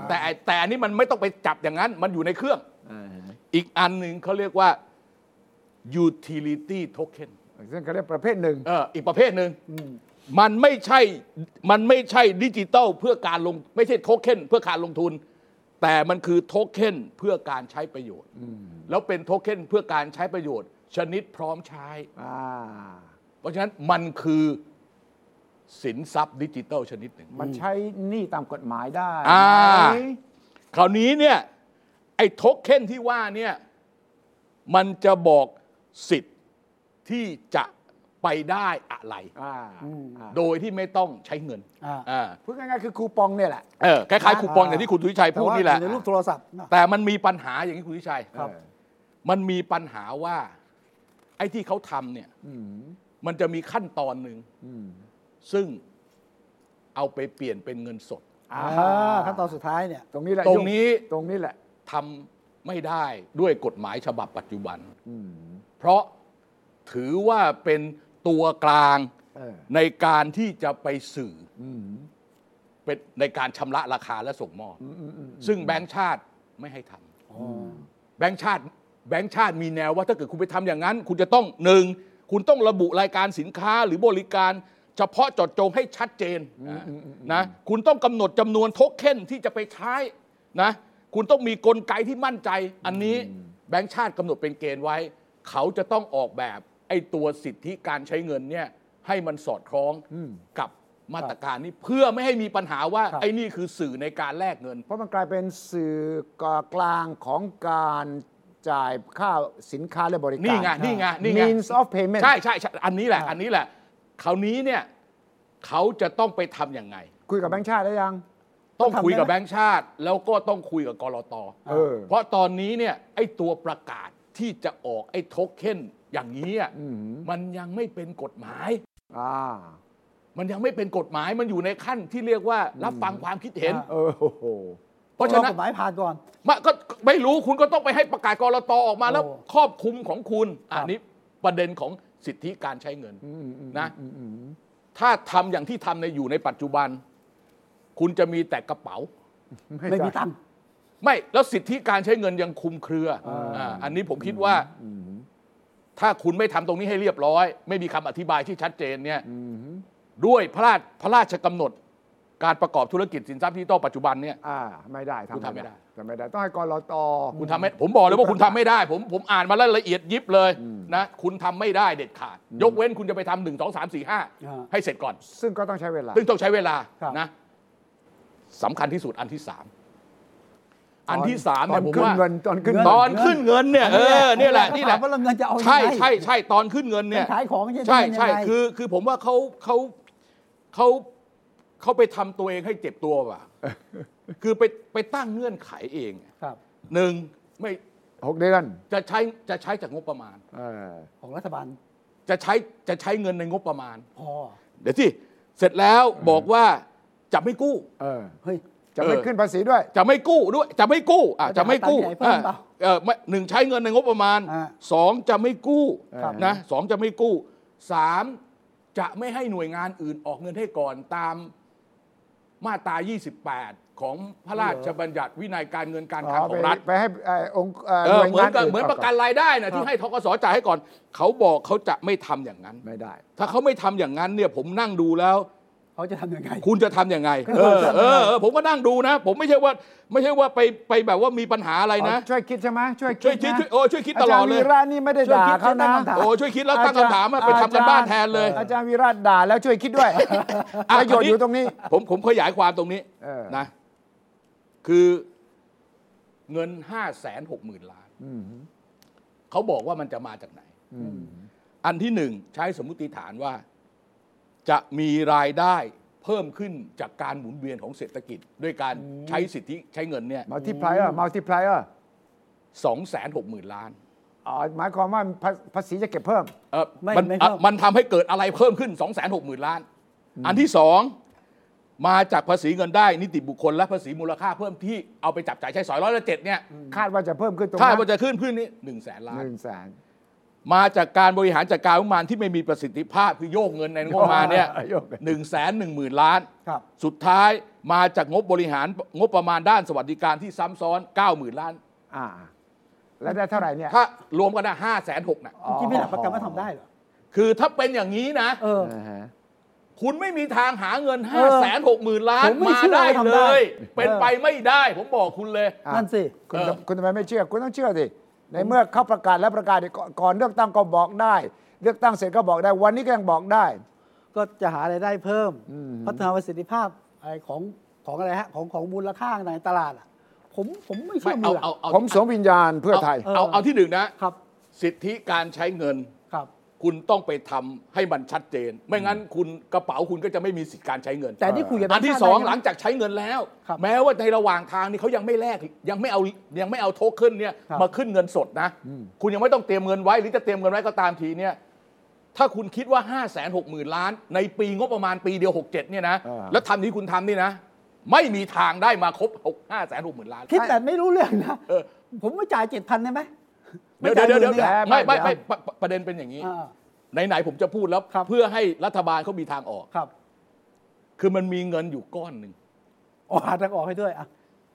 แต่ไอ้แต่อันนี้มันไม่ต้องไปจับอย่างนั้น มันอยู่ในเครื่อง อ่าฮะ อีกอันหนึ่งเขาเรียกว่า utility token ซึ่งเขาเรียกประเภทหนึ่ง เอออีกประเภทหนึ่งมันไม่ใช่มันไม่ใช่ดิจิตอลเพื่อการลงไม่ใช่โทเค็นเพื่อการลงทุน แต่มันคือโทเค็นเพื่อการใช้ประโยชน์แล้วเป็นโทเค็นเพื่อการใช้ประโยชน์ ชนิดพร้อมใช้ อ่า เพราะฉะนั้นมันคือสินทรัพย์ดิจิตอลชนิดหนึ่ง มันใช้หนี้ตามกฎหมายได้ อ่า ไหม คราวนี้เนี่ยไอ้โทเค็นที่ว่าเนี่ยมันจะบอกสิทธิ์ที่จะไปได้อะไร อ่า โดยที่ไม่ต้องใช้เงิน อ่า อ่า พูดง่ายๆคือคูปองเนี่ยแหละ เออคล้ายๆคูปองอย่างที่คุณธุวิชัย แต่ พูด ว่าอ นี่แหละ ยู่ในรูปโทรศัพท์นะ แต่มันมีปัญหาอย่างที่คุณธุวิชัย ครับ มันมีปัญหาว่า ไอ้ที่เขาทำเนี่ยมันจะมีขั้นตอนหนึ่งซึ่งเอาไปเปลี่ยนเป็นเงินสด อ่าขั้นตอนสุดท้ายเนี่ย ตรงนี้แหละ ตรงนี้ ตรงนี้แหละ ทำไม่ได้ด้วยกฎหมายฉบับปัจจุบัน เพราะถือว่าเป็นตัวกลาง เออ ในการที่จะไปสื่ออเป็นในการชำระราคาและส่งมอบซึ่งแบงค์ชาติไม่ให้ทำแบงค์ชาติ แบงค์ชาติมีแนวว่าถ้าเกิดคุณไปทำอย่างนั้น คุณจะต้องหนึ่งคุณต้องระบุรายการสินค้าหรือบริการ เฉพาะเจาะจงให้ชัดเจนนะนะคุณต้องกำหนดจำนวนโทเค็นที่จะไปใช้นะ คุณต้องมีกลไกที่มั่นใจ อันนี้แบงค์ชาติกำหนดเป็นเกณฑ์ไว้ เขาจะต้องออกแบบไอ้ตัวสิทธิการใช้เงินเนี่ยให้มันสอดคล้องกับมาตรการนี้เพื่อไม่ให้มีปัญหาว่า ครับ ไอ้นี่คือสื่อในการแลกเงิน เพราะมันกลายเป็นสื่อกลางของการจ่ายค่าสินค้าและบริการ นี่ไงนี่ไงนี่ไง means of payment ใช่ใช่ใช่อันนี้แหละ อันนี้แหละ คราวนี้เนี่ยเขาจะต้องไปทำยังไง คุยกับแบงค์ชาติได้ยัง ต้องคุยกัทำบได้ไหม แบงค์ชาติ แล้วก็ต้องคุยกับกรต เออ เพราะตอนนี้เนี่ยไอ้ตัวประกาศที่จะออกไอ้โทเค็นอย่างนี้อ่ะมันยังไม่เป็นกฎหมาย อ่า มันยังไม่เป็นกฎหมายมันอยู่ในขั้นที่เรียกว่ารับฟังความคิดเห็น เออโอ้โห เพราะฉะนั้ อน กฎหมายผ่านก่อน มาก็ไม่รู้คุณก็ต้องไปให้ประกาศกรตออกมาแล้ว โอ้ ครอบคลุมของคุณอันนี้ประเด็นของสิทธิการใช้เงินนะถ้าทำอย่างที่ทำในอยู่ในปัจจุบัน คุณจะมีแต่กระเป๋า ไม่มีตังค์ ไม่แล้วสิทธิการใช้เงินยังคลุมเครือออ่าอันนี้ผมคิดว่า ถ้าคุณไม่ทำตรงนี้ให้เรียบร้อย ไม่มีคำอธิบายที่ชัดเจนเนี่ยด้วยพระราชพระราชกำหนด การประกอบธุรกิจสินทรัพย์ดิจิทัลปัจจุบันเนี่ย อ่า ไม่ได้ คุณทำไม่ได้ ทำไม่ได้ ต้องให้กรต คุณทำไม่ผมบอกเลยว่าคุณทำไม่ได้ ผมผมอ่านมาแล้วละเอียดยิบเลยนะคุณทำไม่ได้เด็ดขาด ยกเว้นคุณจะไปทำหนึ่งสองสามสี่ห้า อ่า ให้เสร็จก่อน ซึ่งก็ต้องใช้เวลา ซึ่งต้องใช้เวลา ครับ นะสำคัญที่สุดอันที่สาม ต อันที่สาม ตอ เนี่ย น ผม ขึ้น ว่า เงินตอนขึ้น ตอนขึ้นเงินเนี่ยเออเนี่ยแหละนี่แหละ ถามว่าเราเงินจะเอายังไง ใช่ใช่ใช่ตอนขึ้นเงินเนี่ย จะขายของจะ ใช่ ทำยังไง ใช่คือคือผมว่าเขาเขาเขาเขาไปทำตัวเองให้เจ็บตัวว่ะ คือไปไปตั้งเงื่อนไขเอง ครับ หนึ่งไม่ หกเดือน จะใช้จะใช้จากงบประมาณ เออ ของรัฐบาล จะใช้จะใช้เงินในงบประมาณ พอ เดี๋ยวที่เสร็จแล้วบอกว่าจะไม่กู้ เออ เฮ้ย จะไม่ขึ้นภาษีด้วย จะไม่กู้ด้วยจะไม่กู้อ่ะ จะ จะ หา ไม่กู้ ตังค์ที่ไหนเพิ่มเปล่า อ่ะเอ่อไม่หนึ่งใช้เงินในงบประมาณ อ่า สองจะไม่กู้ ครับ นะสองจะไม่กู้สามจะไม่ให้หน่วยงานอื่นออกเงินให้ก่อนตามมาตรา 28 ของพระราชบัญญัติวินัยการเงินการคลัง อ๋อ ขอไปงรัฐ ไปให้เอ่อองค์เอ่อ เอ ห อ น่วเหมืองยาน น กับ อื่ เหมือนประกัน เ รายได้นะที่ให้ทกสจ่ายให้ก่อน เขาบอกเขาจะไม่ทำอย่างนั้น ไม่ได้ ถ้าเขาไม่ทำอย่างนั้นเนี่ยผมนั่งดูแล้ว เขาจะทำยังไง คุณจะทำยังไง เออเออเออ ผมก็นั่งดูนะ ผมไม่ใช่ว่า ไม่ใช่ว่าไปไปแบบว่ามีปัญหาอะไรนะ ช่วยคิดใช่ไหมช่วยคิ ช่วย ด คิด นะ ช่วยโอ้ช่วยคิดตลอดเลย าจารวีระนี่ไม่ได้ ช่วย ด่า คิด เขานะ ช่วยตั้งคำถาม โอ้ช่วยคิดแล้วตั้งคำถามอะไปทำกันบ้านแทนเลย อาจารย์วีระด่าแล้วช่วยคิด ด้วย อ่ะ ประโยชอันน์นี้ อยู่ตรงนี้ ผมผมขยายความตรงนี้ เออ นะ คือเงินห้าแสนหกหมื่นล้าน อืม เขาบอกว่ามันจะมาจากไหน อืม อันที่หนึ่งใช้สมมติฐานว่า จะมีรายได้เพิ่มขึ้นจากการหมุนเวียนของเศรษฐกิจ ด้วยการใช้สิทธิใช้เงินเนี่ย มัลติพลายเออร์มัลติพลายเออร์ สองแสนหกหมื่นล้าน อ๋อหมายความว่าภาภาษีจะเก็บเพิ่ม เอ่อ ไม่ มัน ไม่เพิ่ม อ่ะมันทำให้เกิดอะไรเพิ่มขึ้น 2 6 0 0 0 0 ล้าน อันที่สองมาจากภาษีเงินได้นิติบุคคลและภาษีมูลค่าเพิ่มที่เอาไปจับจ่ายใช้สอยร้อยละเจ็ดเนี่ย คาดว่าจะเพิ่มขึ้นตรง ถ้า นั้น ว่าจะขึ้นขึ้นนี่หนึ่งแสนล้า ห น นึ่งแสน มาจากการบริหารจัดการงบประมาณที่ไม่มีประสิทธิภาพคือโยกเงินในงบประมาณเนี่ย โยกเงิน หนึ่งแสนหนึ่งหมื่นล้าน ครับ สุดท้ายมาจากงบบริหารงบประมาณด้านสวัสดิการที่ซ้ำซ้อน 9 0,000 ล้าน อ่า แล้วได้เท่าไหร่เนี่ย ถ้ารวมกันนะห้าแสนหกนะ คุณคิดไม่หลักประกันว่าทำได้เหรอ คือถ้าเป็นอย่างนี้นะ เออ คุณไม่มีทางหาเงิน 5 เออ 6 0 0 0 0 ล้าน ผมไม่ มา เชื่อ ได้ ว่าทำ เล ได้ ย เป็นไปไม่ได้ ผมบอกคุณเลย อ่ะ นั่นสิ คุณ เออ คุณทำไมไม่เชื่อ คุณต้องเชื่อสิ ในเมื่อเข้าประกาศแล้วประกาศก่อนก่อนเลือกตั้งก็บอกได้ เลือกตั้งเสร็จก็บอกได้ วันนี้ก็ยังบอกได้ ก็จะหารายได้เพิ่ม อืม พัฒนาประสิทธิภาพอะไรของของอะไรฮะ ของของมูลค่าในตลาดอ่ะ ผมผมไม่ ไม่ เชื่อมี เอา หลัก เอาเอา ผมสวมวิญญาณเพื่อไทย เอาเอาเอาที่หนึ่งนะ ครับ สิทธิการใช้เงิน ครับ คุณต้องไปทำให้มันชัดเจน ไม่งั้นคุณกระเป๋าคุณก็จะไม่มีสิทธิการใช้เงิน แต่ที่คุยกับ อันที่ แบ ส ค์ชาติ อง ได้นะ หลังจากใช้เงินแล้ว ครับ แม้ว่าในระหว่างทางนี่เขายังไม่แลกยังไม่เอายังไม่เอาโทเค็นเนี่ย ครับ มาขึ้นเงินสดนะ คุณยังไม่ต้องเตรียมเงินไว้หรือจะเตรียมเงินไว้ก็ตามทีเนี่ย ถ้าคุณคิดว่า 5 6 0 0 0 0 ล้าน ในปีงบประมาณปีเดียว 67 เนี่ยนะ อ่า แล้วทำที่คุณทำนี่นะ ไม่มีทางได้มาครบ6 5 6 0 0 0 0 ล้าน คิดแต่ไม่รู้เรื่องนะ เออ ผมไม่จ่ายเจ็ดพันได้ไหม เดี๋ยวเดี๋ยวเดี๋ยวเดี๋ยว ไม่จ่าหมื่น ไม่ไม่ไม่ประประประเด็นเป็นอย่างนี้ นี่อ่า ไหน ๆ ผมจะพูดแล้ว ครับ เพื่อให้รัฐบาลเขามีทางออก ครับ คือมันมีเงินอยู่ก้อนหนึ่ง ออกหาทางออกให้ด้วยอ่ะ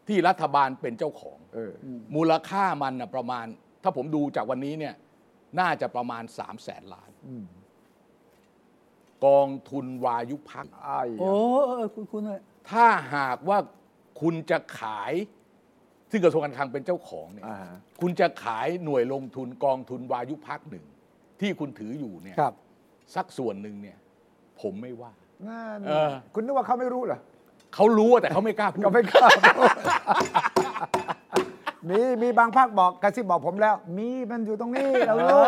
ที่รัฐบาลเป็นเจ้าของ เออ มูลค่ามันนะประมาณ ถ้าผมดูจากวันนี้เนี่ยน่าจะประมาณ3 0 0แสนล้าน อืม กองทุนวายุพักตร์ อ้าย โอ้เออเออคุณคุณเลย ถ้าหากว่าคุณจะขาย ซึ่งกระทรวงการคลังเป็นเจ้าของเนี่ย อ่าฮะ คุณจะขายหน่วยลงทุนกองทุนวายุพักหนึ่ง ที่คุณถืออยู่เนี่ย ครับ สักส่วนหนึ่งเนี่ย ผมไม่ว่า นั่น เออ คุณนึกว่าเขาไม่รู้เหรอ เขารู้อะแต่เขาไม่กล้าพูด ก็ไม่กล้าพูด มีมีบางภาคบอกกระซิบบอกผมแล้ว มีมันอยู่ตรง นี้เรารู้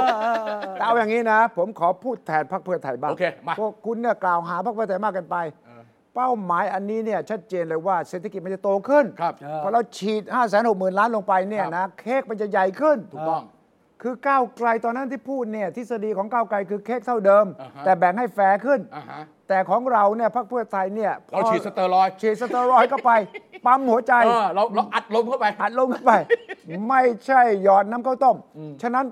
แต่เอาอย่างนี้นะ ผมขอพูดแทนพรรคเพื่อไทยบ้าง โอเค มา พวกคุณเนี่ยกล่าวหาพรรคเพื่อไทยมากเกินไป เออ เป้าหมายอันนี้เนี่ยชัดเจนเลยว่าเศรษฐกิจมันจะโตขึ้น ครับ พอเราฉีด 5 6 0 0 0 0 ล้านลงไปเนี่ยนะ เค้กมันจะใหญ่ขึ้น ถูกต้อง คือก้าวไกลตอนนั้นที่พูดเนี่ยทฤษฎีของก้าวไกลคือเค้กเท่าเดิม อ่าฮะ แต่แบ่งให้แฟร์ขึ้น อ่าฮะ แต่ของเราเนี่ยพรรคเพื่อไทยเนี่ยพอ เราฉีดสเตอรอยด์ ฉีดสเตอรอยด์เข้าไป ปั๊มหัวใจ เออเราเราอัดลมเข้าไป อัดลมเข้าไป ไม่ใช่หยอดน้ำข้าวต้ม ฉะนั้น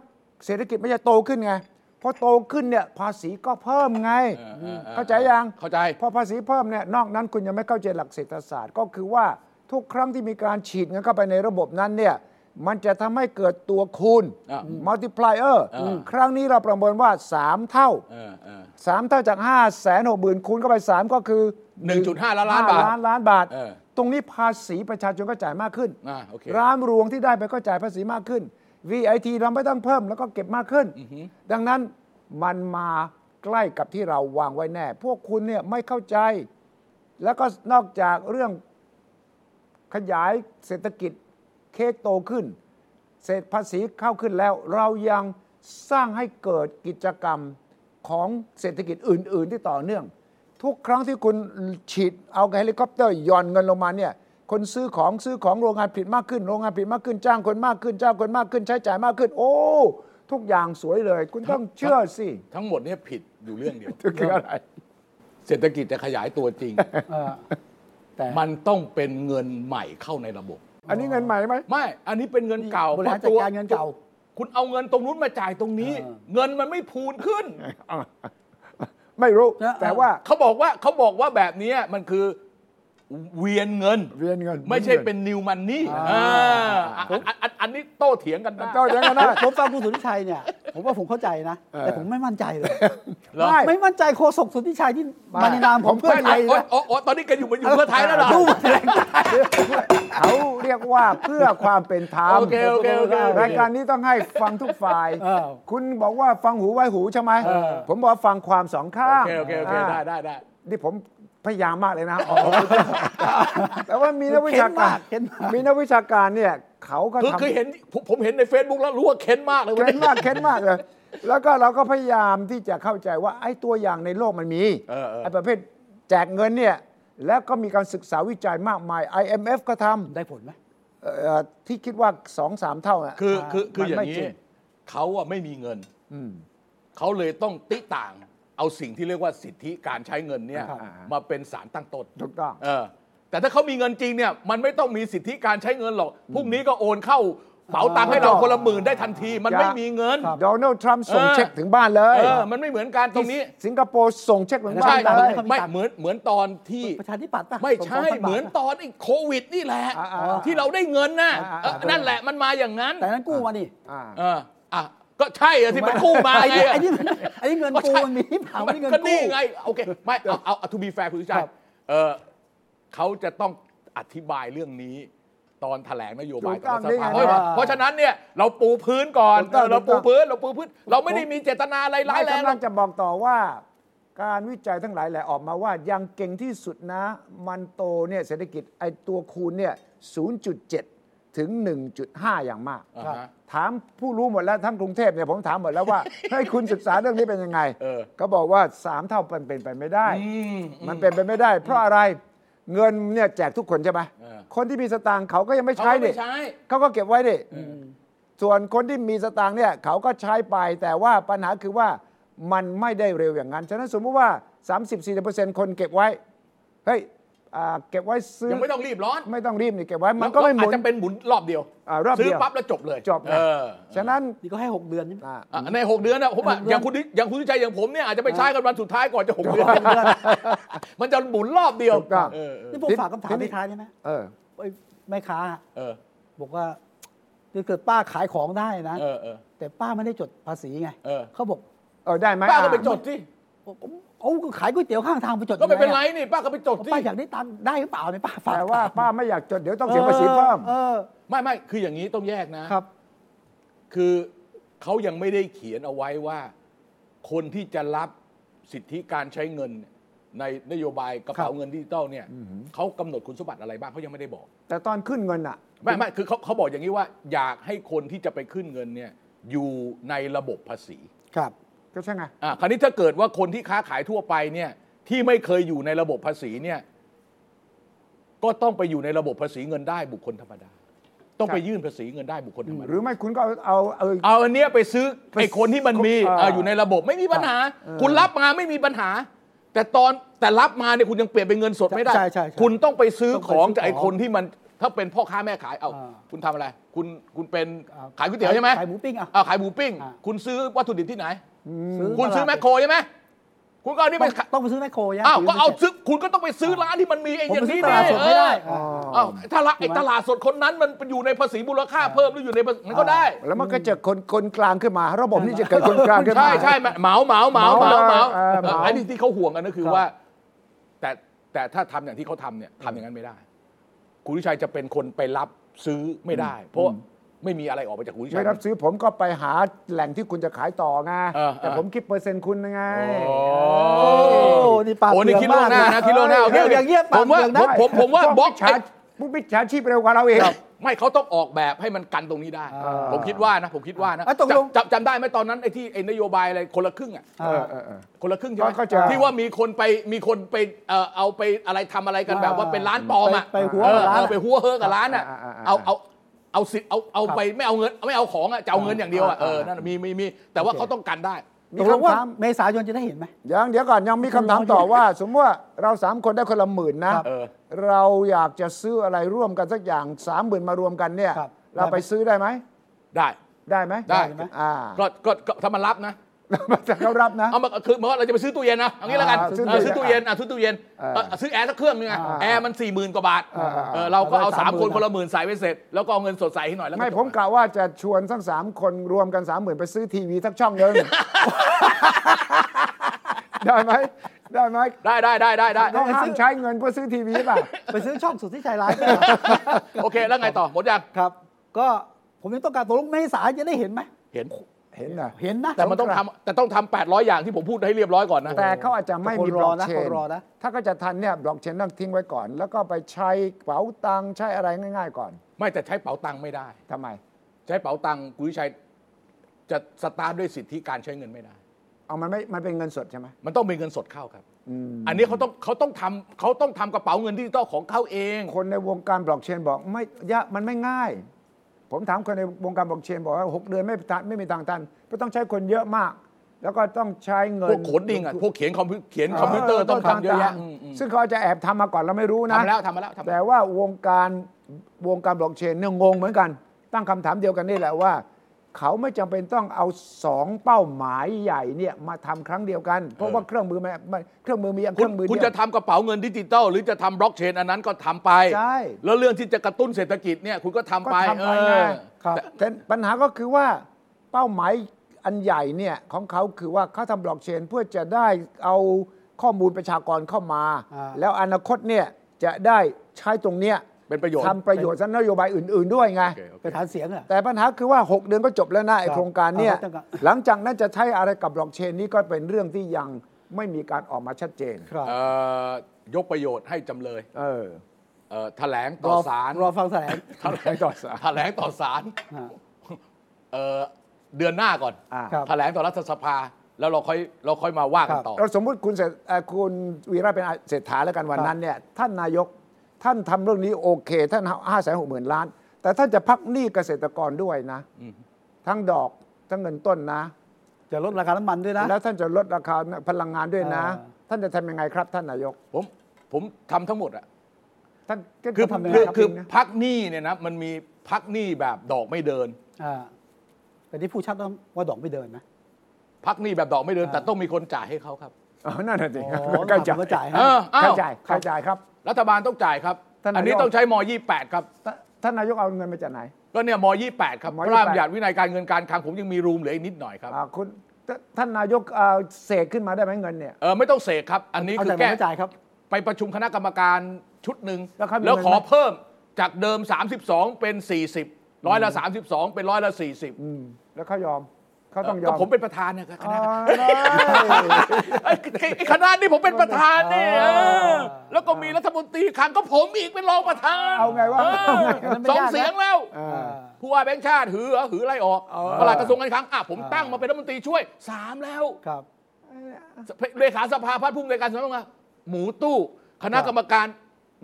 เศรษฐกิจไม่จะโตขึ้นไงพอโตขึ้นเนี่ยภาษีก็เพิ่มไง เออเออเออ เข้าใจยัง เข้าใจ พอภาษีเพิ่มเนี่ยนอกนั้นคุณยังไม่เข้าใจหลักเศรษฐศาสตร์ก็คือว่าทุกครั้งที่มีการฉีดเงินเข้าไปในระบบนั้นเนี่ยมันจะทำให้เกิดตัวคูณ อ่ะ multiplier อ่า ครั้งนี้เราประเมินว่า 3 เท่า เออเออ สามเท่าจากห้าแสนหกหมื่นคูณเข้าไปสามก็คือ 1.5ล้านล้านบาท ล้านล้านบาท เออ ตรงนี้ภาษีประชาชนก็จ่ายมากขึ้น อ่าโอเค ร้านรวงที่ได้ไปก็จ่ายภาษีมากขึ้น VIT เราไม่ต้องเพิ่มแล้วก็เก็บมากขึ้น ดังนั้นมันมาใกล้กับที่เราวางไว้แน่ พวกคุณเนี่ยไม่เข้าใจ แล้วก็นอกจากเรื่องขยายเศรษฐกิจเค้กโตขึ้น เศษภาษีเข้าขึ้นแล้ว เรายังสร้างให้เกิดกิจกรรมของเศรษฐกิจอื่น ๆ ที่ต่อเนื่อง ทุกครั้งที่คุณฉีดเอาเฮลิคอปเตอร์หย่อนเงินลงมาเนี่ยคนซื้อของซื้อของโรงงานผลิตมากขึ้น โรงงานผลิตมากขึ้นจ้างคนมากขึ้นจ้างคนมากขึ้นใช้จ่ายมากขึ้น โอ้ ทุกอย่างสวยเลย คุณต้องเชื่อสิ ทั้งหมดเนี่ยผิดอยู่เรื่องเดียว คืออะไร เศรษฐกิจจะขยายตัวจริง เอ่อแต่ มันต้องเป็นเงินใหม่เข้าในระบบ อันนี้เงินใหม่ไหม ไม่ อันนี้เป็นเงินเก่า บริหารจัดการเงินเก่า คุณเอาเงินตรงนู้นมาจ่ายตรงนี้ เออ เงินมันไม่พูนขึ้น ไม่รู้ เออ แต่ว่า เขาบอกว่าเขาบอกว่าแบบเนี้ยมันคือเวียนเงิน เวียนเงิน ไม่ใช่เป็นนิวมันนี่ อ่า อันนี้โต้เถียงกันได้ เจ้าอย่างนั้นได้ ผมฟังคุณสุทธิชัยเนี่ย ผมว่าผมเข้าใจนะ เออ แต่ผมไม่มั่นใจเลย เหรอ ไม่มั่นใจโฆษกสุทธิชัยที่มาในนามของ ผม เพื่อ ก็ ไทย โอ๊ย นะ โอ๊ยโอ๊ยตอนนี้แกันอยู่มาอยู่เพื่อไทยแล้วเหรอ ดูแถลงการณ์ เขาเรียกว่าเพื่อความเป็นธรรม โอเคโอเคโอเคโอเค รายการนี้ต้องให้ฟังทุกฝ่าย เออ คุณบอกว่าฟังหูไว้หูใช่ไหม เออ ผมบอกว่าฟังความสองข้า โอง เคโอเคโอเคได้ อ่า ได้ได้ นี่ผมพยายามมากเลยนะ แต่ว่ามีนักวิชา เข้กามมาร กเข้มมาก มีนักวิชาการเนี่ยเขาก็ คือ ทำ คือเห็นผมผมเห็นใน Facebook แล้วรู้ว่าเค้นมากเลยเว้ เค้ ย นมากเค้นมากเลย แล้วก็เราก็พยายามที่จะเข้าใจว่าไอ้ตัวอย่างในโลกมันมี เออเออ ไอ้ประเภทแจกเงินเนี่ย แล้วก็มีการศึกษาวิจัยมากมาย IMF ก็ท ได้ผลไหม ำเอ่อที่คิดว่า 2-3 เท่าน่ะ คือคือคือ มั อย่าง ไม่จ นี้ ริ เขาอะไม่มีเงิน อืม เขาเลยต้องติต่าง เอาสิ่งที่เรียกว่าสิทธิการใช้เงินเนี่ย ครับ มาเป็นสารตั้งต้น ถูกต้อง เออแต่ถ้าเขามีเงินจริงเนี่ยมันไม่ต้องมีสิทธิการใช้เงินหรอกพรุ่งนี้ก็โอนเข้าเป๋าตังค์ให้เราคนละหมื่นได้ทันที มันไม่มีเงิน โดนัลด์ทรัมป์ส่ง เออ เช็คถึงบ้านเลย เออมันไม่เหมือนกันตรงนี้ ที่สิงคโปร์ส่งเช็คถึงบ้า ใช่ น ต เล ม ย ให้ขามี ไม่ ตังค์ เหมือนเหมือนตอนที่ ประชาธิปัตย์ป่ะ ไม่ใช่ สงพับาท เหมือนตอนไอ้โควิดนี่แหละ อ่าๆ ที่เราได้เงินน่ะ อ่าๆ เออนั่นแหละมันมาอย่างนั้น แต่นั้นกู้มานี่ อ่า เอออ่ะก็ใช่อะที่มันกู้มา ไอ้ ไง นี่ อะ ไอ้นี่มันไอ้นี่เงิน ก็ กู้ ใช่ มันมีเปล่าไม่ได้เงิน ก็ กู้ นี่ไงโอเคไม่เอาเอาทูบีแฟร์คุณสุชา ครั ติ บ เออเขาจะต้องอธิบายเรื่องนี้ ตอนแถลงนโยบาย ถูก ต่ ต้ อ อง รัฐสภาเพนี่ไงราะ ว่า เพราะฉะนั้นเนี่ยเราปูพื้นก่อน ถูกต้อง เออเรา ถูกต้ ปู อง พื้นเราปูพื้น เราไม่ได้มีเจตนาอะไรร้ายแรง ไม่ หรอกำลั ก งจะบอกต่อว่า การวิจัยทั้งหลายแหละออกมาว่ายังเก่งที่สุดนะ มันโตเนี่ยเศรษฐกิจไอตัวคูณเนี่ย0.7 ถึง 1.5 อย่างมาก อ่าฮะ ถามผู้รู้หมดแล้วทั้งกรุงเทพเนี่ยผมถามหมดแล้ว ว่า ให้ยคุณศึกษาเรื่องนี้เป็นยังไง เออ ก็บอกว่า 3 เท่ามันเป็นไปไม่ได้ อืม มันเป็นไปไม่ได้ เพราะอะไรเงินเนี่ยแจกทุกคนใช่ไหม เออ คนที่มีสตางค์เขาก็ยังไม่ เขา ใช้ ก็ ดิ ไม่ใช้ เขาก็เก็บไว้ดิ ส่วนคนที่มีสตางค์เนี่ยเขาก็ใช้ไป แต่ว่าปัญหาคือว่ามันไม่ได้เร็วอย่างนั้น ฉะนั้นสมมติว่า 30-40%คนเก็บไว้ เฮ้ยอ่าเก็บไว้ซื้อ ยังไม่ต้องรีบร้อน ไม่ต้องรีบนี่เก็บไว้ มันก็ไม่ห อา มุ จ น จะเป็นหมุนรอบเดียว อ่ารอบเดียว ซื้อปั๊บแล้วจบเลย จบนะ เออ ฉะนั้น นี่ก็ให้ 6 เดือนใช่ไหม อ่า อ่ะในหกเดือนนะผมอะ หกเดือน อย่างคุณอย่างคุณชัยอย่างผมเนี่ยอาจจะไปใช้กันวันสุดท้ายก่อนจะหกเดือน มันจะหมุนรอบเดียว ถูกต้อง เออเออ นี่ผม ทีนี้ ฝากคำถา ที ม นี้ ในท้ายได้ไหม เออ ไอ้แม่ค้า เออ บอกว่าคือเกิดป้าขายของได้นะ เออเออ แต่ป้าไม่ได้จดภาษีไง เออ เขาบอก เออได้ไหม ป้าก็ไป อ่ จดสิ โอ้าก็ขายก๋วยเตี๋ยวข้างทางไปจด ก็ไม่เป็นไร ยังง นี่ป้าก็ไปจด อะ สิ ป้าอยากได้ตังค์ได้หรือเปล่าเนี่ยป้าฝาก แต่ว่าป้าไม่อยากจดเดี๋ยวต้องเสียภาษีเพิ่ม เออ ไม่ไม่คืออย่างนี้ต้องแยกนะ ครับ คือเขายังไม่ได้เขียนเอาไว้ว่า คนที่จะรับสิทธิการใช้เงินในนโยบายกระเป๋าเงินดิจิตอลเนี่ยเขากำหนดคุณสมบัติอะไรบ้างเขายังไม่ได้บอก แต่ตอนขึ้นเงินอ่ะ ไม่ไม่คือเขาเขาบอกอย่างนี้ว่า อยากให้คนที่จะไปขึ้นเงินเนี่ยอยู่ในระบบภาษี ครับ ก็ใช่ไง อ่ะคราวนี้ถ้าเกิดว่าคนที่ค้าขายทั่วไปเนี่ยที่ไม่เคยอยู่ในระบบภาษีเนี่ยก็ต้องไปอยู่ในระบบภาษีเงินได้บุคคลธรรมดา ต้องไปยื่นภาษีเงินได้บุคคลธรรม หรือ ดา ไม่คุณก็เอาเอาเออ เอาอันเนี้ยไปซื้อไอ้คนที่มันมี อ่า อ่ะอยู่ในระบบไม่มีปัญหา คุณรับมาไม่มีปัญหา แต่ตอนแต่รับมาเนี่ยคุณยังเปลี่ยนเป็นเงินสดไม่ได้ ใช่ใช่ใช่ คุณต้องไปซื้อ ต้องไปของ ซื้อ จากไอ้ ของ คนที่มันถ้าเป็นพ่อค้าแม่ขายเอา อ่า คุณทำอะไร คุณคุณเป็น อ่า ขายก๋วยเตี๋ยวใช่ไหม ขายหมูปิ้งอ่ะ ขายหมูปิ้ง อ่า คุณซื้อวัตถุดิบที่ไหน ตลาด คุณซื้อแมคโครใช่ไหม คุณก็เอานี่ไป ต้อง ขาย ต้องไปซื้อแมคโครยัง อ้าว ก็เอา ซื้อ ซื้อ คุณก็ต้องไปซื้อร้านที่มันมีไอ้ ผม อย่า ไป ง ซื้ นี้ อตลาดสดไม่ได้ เออ อ่า อ้าวถ้าละไอ้ ถูกไหม ตลาดสดคนนั้นมันอยู่ในภาษีมูลค่าเพิ่มหรืออยู่ในภาษีมันก็ได้ แล้วมันก็จะคนคนกลางขึ้นมา ระบบนี้จะเกิดคนกลางขึ้นมา ใช่ใช่เหมาเหมาเหมาเห เห มา มา เหมา เออเหมา เออไอ้ที่ที่เขาห่วงกันก็คือ ครับ ว่า แต่แต่ถ้าทำอย่างที่เขาทำเนี่ยทำอย่างนั้นไม่ได้ คุณวิชัยจะเป็นคนไปรับซื้อไม่ได้ เพราะไม่มีอะไรออกมาจากคุณวิชัย ไม่รับซื้อผมก็ไปหาแหล่งที่คุณจะขายต่อไง เออเออ แต่ผมคิดเปอร์เซ็นต์คุณไง โอ้ โอ้นี่ปาก โอ้นี่คิดล่วงหน้านะคิดล่วงหน้าโอเค เอออย่างเงี้ยปาก ผมว่า เปลือกได้ ผมผมผมว่า พว บล็อก มิจฉา ไอ้ พวกมิจฉาชีพเร็วกว่าเราเอง ไม่เขาต้องออกแบบให้มันกันตรงนี้ได้ ผมคิดว่านะ ผมคิดว่านะ อ่ะตกลง จำจำจำได้ไหมตอนนั้นไอ้ที่ไอ้นโยบายอะไรคนละครึ่งอ่ะ เออ คนละครึ่งใช่ไหม ก็จะ ที่ว่ามีคนไปมีคนไปเอ่อเอาไปอะไรทำอะไรกันแบบว่าเป็นร้านปลอมอ่ะ ไปไปหัว เออ กับร้าน เออไปหัวเฮอกับร้านอ่ะ อ่าอ่าอ่า เอาเอา เอาสิเอาเอา ครับ ไปไม่เอาเงินไม่เอาของอะจะเอาเงินอย่างเดียวอะเอ อ่า อ อ่า นั่นน่ะมีมีมีแต่ว่าเขาต้องกันได้ มี ตกลง คำ ว่า ถาม เมษายนจะได้เห็นไหม เดี๋ยวเดี๋ยวก่อนยังมีคำถามต่อว่า สมมติว่าเราสามคนได้คนละหมื่นนะครับ เออ เราอยากจะซื้ออะไรร่วมกันสักอย่างสามหมื่นมารวมกันเนี่ย ครับ เราไปซื้อได้ไหม ได้ ได้ไหม ได้ ไหมอ่า ก็ก็ก็ถ้ามันรับนะ แต่เขารับนะ เอามาคือเหมือนว่าเราจะไปซื้อตู้เย็นนะเอางี้แล้วกัน อ่าซื้อ เออซื้อตู้เย็น ตู้เย็น อ่ะซื้อตู้เย็น อ่า เออซื้อแอร์สักเครื่องนึงไง อ่า แอร์มัน4ี่หมื่นกว่าบาท อ่าอ่า เออเราก็เอา ได้ สามคน 30,000 คนละหมื่นใส่ไว้เสร็จ แล้วก็เอาเงินสดใส่ให้หน่อยแล้วก็ ไม่ จบ ผมกะว่าจะชวนทั้งสามคนรวมกันสามหมื่นไปซื้อทีวีทักช่องนึง ได้ไหมได้ไหม ได้ได้ได้ได้ได้ เขาห้ามใช้เงินเพื่อซื้อทีวีป่ะ ไปซื้อช่องสุดที่ชายร้ายก็ โอเค แล้วไงต่อหมดยัง ครับ ก็ผมยังต้องการตกลงเมษายนจะได้เห็นไหม เห็น เห็นนะ เห็นนะ แต่มันต้องทำแต่ต้องทำ800 อย่างที่ผมพูดให้เรียบร้อยก่อนนะ แต่เขาอาจจะไม่มี แต่คน บ ร ล็ อ อก นะ เช คน นรอนะ ถ้าก็จะทันเนี่ยบล็อกเชนต้องทิ้งไว้ก่อน แล้วก็ไปใช้เป๋าตังค์ใช้อะไรง่าย ๆ ก่อน ไม่แต่ใช้เป๋าตังค์ไม่ได้ ทำไม ใช้เป๋าตังค์กุยชัยจะสตาร์ทด้วยสิทธิการใช้เงินไม่ได้ เอามันไม่มันเป็นเงินสดใช่ไหม มันต้องเป็นเงินสดเข้าครับ อืม อันนี้เขาต้องเขาต้องทำเขาต้องทำกระเป๋าเงินดิจิตอลของเขาเอง คนในวงการบล็อกเชนบอกไม่ยะมันไม่ง่าย ผมถามคนในวงการบล็อกเชนบอกว่าหกเดือนไม่ทันไม่มีทางทันก็ต้องใช้คนเยอะมาก แล้วก็ต้องใช้เงิน พวกโขนดิ้งอ่ะพวกเขียนคอมพิวเขียนคอมพิวเตอร์ต้องทำเยอะแยะ ต่างๆ อืมอืม ซึ่งเขาอาจจะแอบทำมาก่อนเราไม่รู้นะ ทำแล้วทำมาแล้วทำมาแล้ว แต่ว่าวงการวงการบล็อกเชนเนี่ยงงเหมือนกัน ตั้งคำถามเดียวกันนี่แหละว่า เขาไม่จำเป็นต้องเอาสองเป้าหมายใหญ่เนี่ยมาทำครั้งเดียวกัน เพราะว่าเครื่องมือมันมันเครื่องมือมีอย่างเค คุ รื่ ณ องมือ คุณ เดี จะ ยว ทำกระเป๋าเงินดิจิตอลหรือจะทำบล็อกเชนอันนั้นก็ทำไป ใช่ แล้วเรื่องที่จะกระตุ้นเศรษฐกิจเนี่ยคุณก็ทำ ก็ ไป ทำไป เอ ไง อ ครับแต่ปัญหาก็คือว่าเป้าหมายอันใหญ่เนี่ยของเขาคือว่าเขาทำบล็อกเชนเพื่อจะได้เอาข้อมูลประชากรเข้ามา อ่า แล้วอนาคตเนี่ยจะได้ใช้ตรงเนี้ย เป็นประโยชน์ ทำประโยชน์สำหรับนโยบายอื่น ๆด้วยไง โอเคโอเค ไปฐานเสียงเหรอ แต่ปัญหาคือว่า 6 เดือนก็จบแล้วนะไอ ครับ โครงการเนี่ย เอาไว้ตั้งแต่ หลังจากนั้นจะใช้อะไรกับบล็อกเชนนี้ก็เป็นเรื่องที่ยังไม่มีการออกมาชัดเจน ครับ เอ่อยกประโยชน์ให้จำเลย เออ เอ่อแถลงต่อศาล รอฟังแถลง แถลงต่อศาลแถลงต่อศาล ฮะ เอ่อเดือนหน้าก่อน อ่ะ ครับ แถลงต่อรัฐสภา แล้วเราค่อยเราค่อยมาว่ากันต่อ เราสมมุติคุณเศรษเอ่อคุณวีระเป็นเศรษฐาแล้วกันวันนั้นเนี่ยท่านนายกท่านทำเรื่องนี้โอเค ท่านห้าแสนหกหมื่นล้าน แต่ท่านจะพักหนี้เกษตรกรด้วยนะ อืม ทั้งดอกทั้งเงินต้นนะ จะลดราคาน้ำมันด้วยนะ แล้วท่านจะลดราคาพลังงานด้วยนะ เออ ท่านจะทำยังไงครับ ท่านนายก ผมผมทำทั้งหมดอะ ท่านก็ คือ ทำยังไง คือ รับ คือ เงนะ พักหนี้เนี่ยนะมันมีพักหนี้แบบดอกไม่เดิน อ่าแต่นี่ผู้ชัดว่าว่าดอกไม่เดินนะ พักหนี้แบบดอกไม่เดิน อ่า แต่ต้องมีคนจ่ายให้เขาครับ อ๋อนั่นน่ะสิ อ๋อ เข้าใจ ผมก็จ่ายให้ เอออ้าว เข้าใจเข้าใจครับ รัฐบาลต้องจ่ายครับ ท่านนายก อันนี้ต้องใช้ม .28 ครับ ท่านท่านนายกเอาเงินมาจากไหน ก็เนี่ยม .28 ครับ ม พระราช 28 บัญญัติวินัยการเงินการคลังผมยังมีรูมเหลืออีกนิดหน่อยครับ อ่าคุณทท่านนายกเอาเสกขึ้นมาได้ไหมเงินเนี่ย เออไม่ต้องเสกครับ อันนี้ เอา คือ แต่ แก้ ไม่จ่ายครับ ไปประชุมคณะกรรมการชุดหนึ่ง แล้วเขามี แล้ว เงิน ขอ ไหม เพิ่มจากเดิม 32 เป็น 40ร้อยละ 32 เป็นร้อยละ 40 อืมแล้วเขายอมเขาต้องยอ ก็ ม ผมเป็นประธานเนี่ยค อ๋อ ณะ ได้ ไอ้ไอ้ไอ้คณะนี่ผมเป็นประธานเนี่ยเออแล้วก็มีรัฐมนตรีคลังก็ผมอีกเป็นรองประธาน เอาไงวะ เอ เอาไง อ วะมันสองไม่ากนะ เสียงแล้ว เออ ผู้ว่าแบงค์ชาติหือเหรอหืออะไรออก เออ ประหลัดกระทรวงการคลังอ่ะผม เออ ตั้งมาเป็นรัฐมนตรีช่วยสามแล้ว ครับ เลขาสภาพัฒน์ผู้อำนวยการสำนักงานหมูตู้ คณะกรรมการ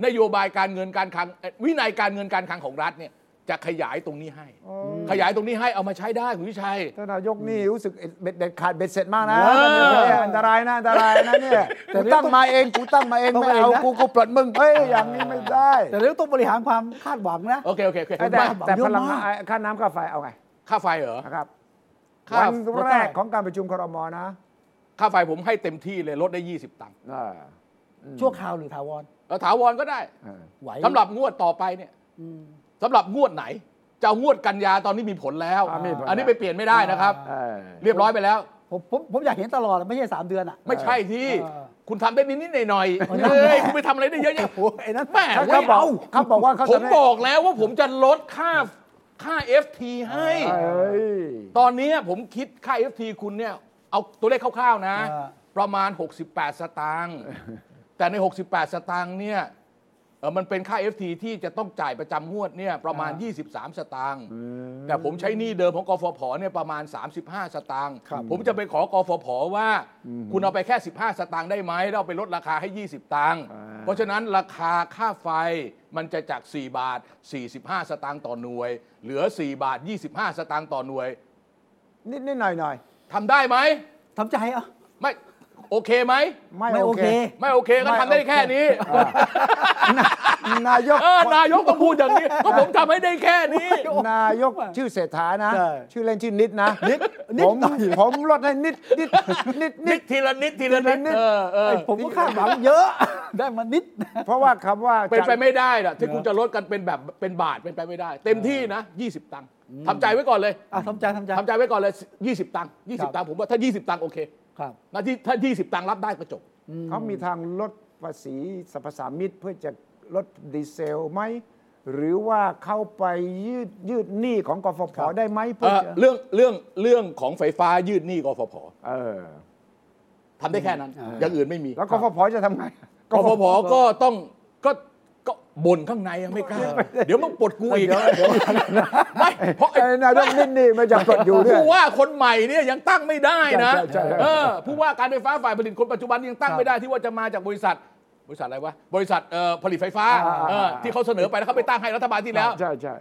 นโยบายการเงินการคลังเอ่อวินัยการเงินการคลังของรัฐเนี่ยจะขยายตรงนี้ให้ โอ้ ขยายตรงนี้ให้เอามาใช้ได้คุณวิชัย ท่านนายกนี่รู้สึกเบ็ดเด็ดขาดเบ็ดเสร็จมากนะ เออ ท่านนายกเนี่ยอันตรายนะอันตรายนะเนี่ย แต่ กู นี่ ตั้งมาเองกูตั้งมาเอง ต้อง ไม่เอา เองนะ กูกูปลดมึงเฮ้ยอย่างนี้ไม่ได้ แต่เรื่องต้องบริหารความคาดหวังนะ โอเคโอเคโอเค แต่แต่แต่ เย พ อะมาก ลังงานค่าน้ำค่าไฟเอาไง ค่าไฟเหรอ นะครับ ค่า วันแรกของการประชุมครมนะ ค่าไฟผมให้เต็มที่เลยลดได้ 20 ตังค์ อ่า ชั่วคราวหรือถาวร แล้วถาวรก็ได้ อ่า ไหว สำหรับงวดต่อไปเนี่ย อืม สำหรับงวดไหนจะเอางวดกันยาตอนนี้มีผลแล้ว อ่ามีผล อันนี้ไปเปลี่ยนไม่ได้นะครับ เออ เรียบร้อยไปแล้ว ผมผมผมอยากเห็นตลอดอะไม่ใช่สามเดือนอ่ะ ไม่ใช่ที่ เออ คุณทำได้นิดๆหน่อย โอ้ย ๆเฮ้ยคุณไปทำอะไรได้เยอะแยะ โอ้โหไอ้นั่น แม่ เขา เว้ เขา ย บอกเขาบอกว่าเขา ผม ทำได้ บอกแล้วว่าผมจะลดค่าค่า FT ให้ เอ้ย ตอนเนี้ยผมคิดค่า FT คุณเนี่ย เอาตัวเลขคร่าวๆนะ อ่า ประมาณ 68 สตางค์แต่ใน 68 สตางค์เนี่ยเอ่อมันเป็นค่า FT ที่จะต้องจ่ายประจำงวดเนี่ยประมาณ 23 สตางค์แต่ผมใช้หนี้เดิมของกฟผเนี่ยประมาณ 35 สตางค์ผมจะไปขอกฟผว่า คุณเอาไปแค่ 15 สตางค์ได้ไหมแล้วเอาไปลดราคาให้ 20 ตังค์ อ่า เพราะฉะนั้นราคาค่าไฟมันจะจาก 4 บาท 45 สตางค์ต่อหน่วย เหลือ 4 บาท 25 สตางค์ต่อหน่วย นิดนิดหน่อยหน่อย ทำได้ไหม ทำใจเหรอ ไม่โอเคไหม ๆไม่ ไม่ โอ โอ เค เค ไม่โอเคก็ทำได้แค่นี้ นายก เออนายกต้องพูดอย่างนี้ก็ผมทำให้ได้แค่นี้ นายกชื่อเศรษฐานะ ใช่ ชื่อเล่นชื่อนิดนะนิด นิด ผม หน่อย ผมลดให้นิดนิดนิดนิ นิ ด ดทีละนิดทีละนิด ทีละนิด เออเออ ไอ้ผมก็คาดหวังเยอะ ได้มา นิด เพราะว่าคำว่า เป็นไป จะ ไม่ได้ล่ะที่คุณจะลดกันเป็นแบบเป็นบาทเป็นไปไม่ได้ เต็มที่นะ 20 ตังค์ทำใจไว้ก่อนเลย อ่ะทำใจทำใจ ทำใจไว้ก่อนเลย 20 ตังค์ ครับ 20 ตังค์ผมว่าถ้า 20 ตังค์โอเค ครับ นะที่ถ้า 20 ตังค์รับได้ก็จบ เขามีทางลดภาษีสรรพสามิตเพื่อจะลดดีเซลไหมหรือว่าเข้าไปยืดยืดหนี้ของกฟผได้ไหมเพื่อ เอ่อ จะ เรื่องเรื่องเรื่องของไฟฟ้ายืดหนี้กฟผ เออ ทำได้แค่นั้น อย่างอื่นไม่มี แล้วกฟผจะทำไง กฟผก็ต้องก็ก็บ่นข้างในยังไม่กล้าเดี๋ยวมึงปลดกูอีกไม่เพราะไอ้ ไอ้นายกนิดนี่มันจะกดอยู่ด้วย ผู้ว่าคนใหม่เนี่ยยังตั้งไม่ได้นะ ใช่ใช่ใช่ เออผู้ว่าการไฟฟ้าฝ่ายผลิตคนปัจจุบันยังตั้งไม่ได้ที่ว่าจะมาจากบริษัท บริษัทอะไรวะบริษัทเอ่อผลิตไฟฟ้าเออที่เขาเสนอไปแล้วเขาไปตั้งให้รัฐบาลที่แล้ว ใช่ใช่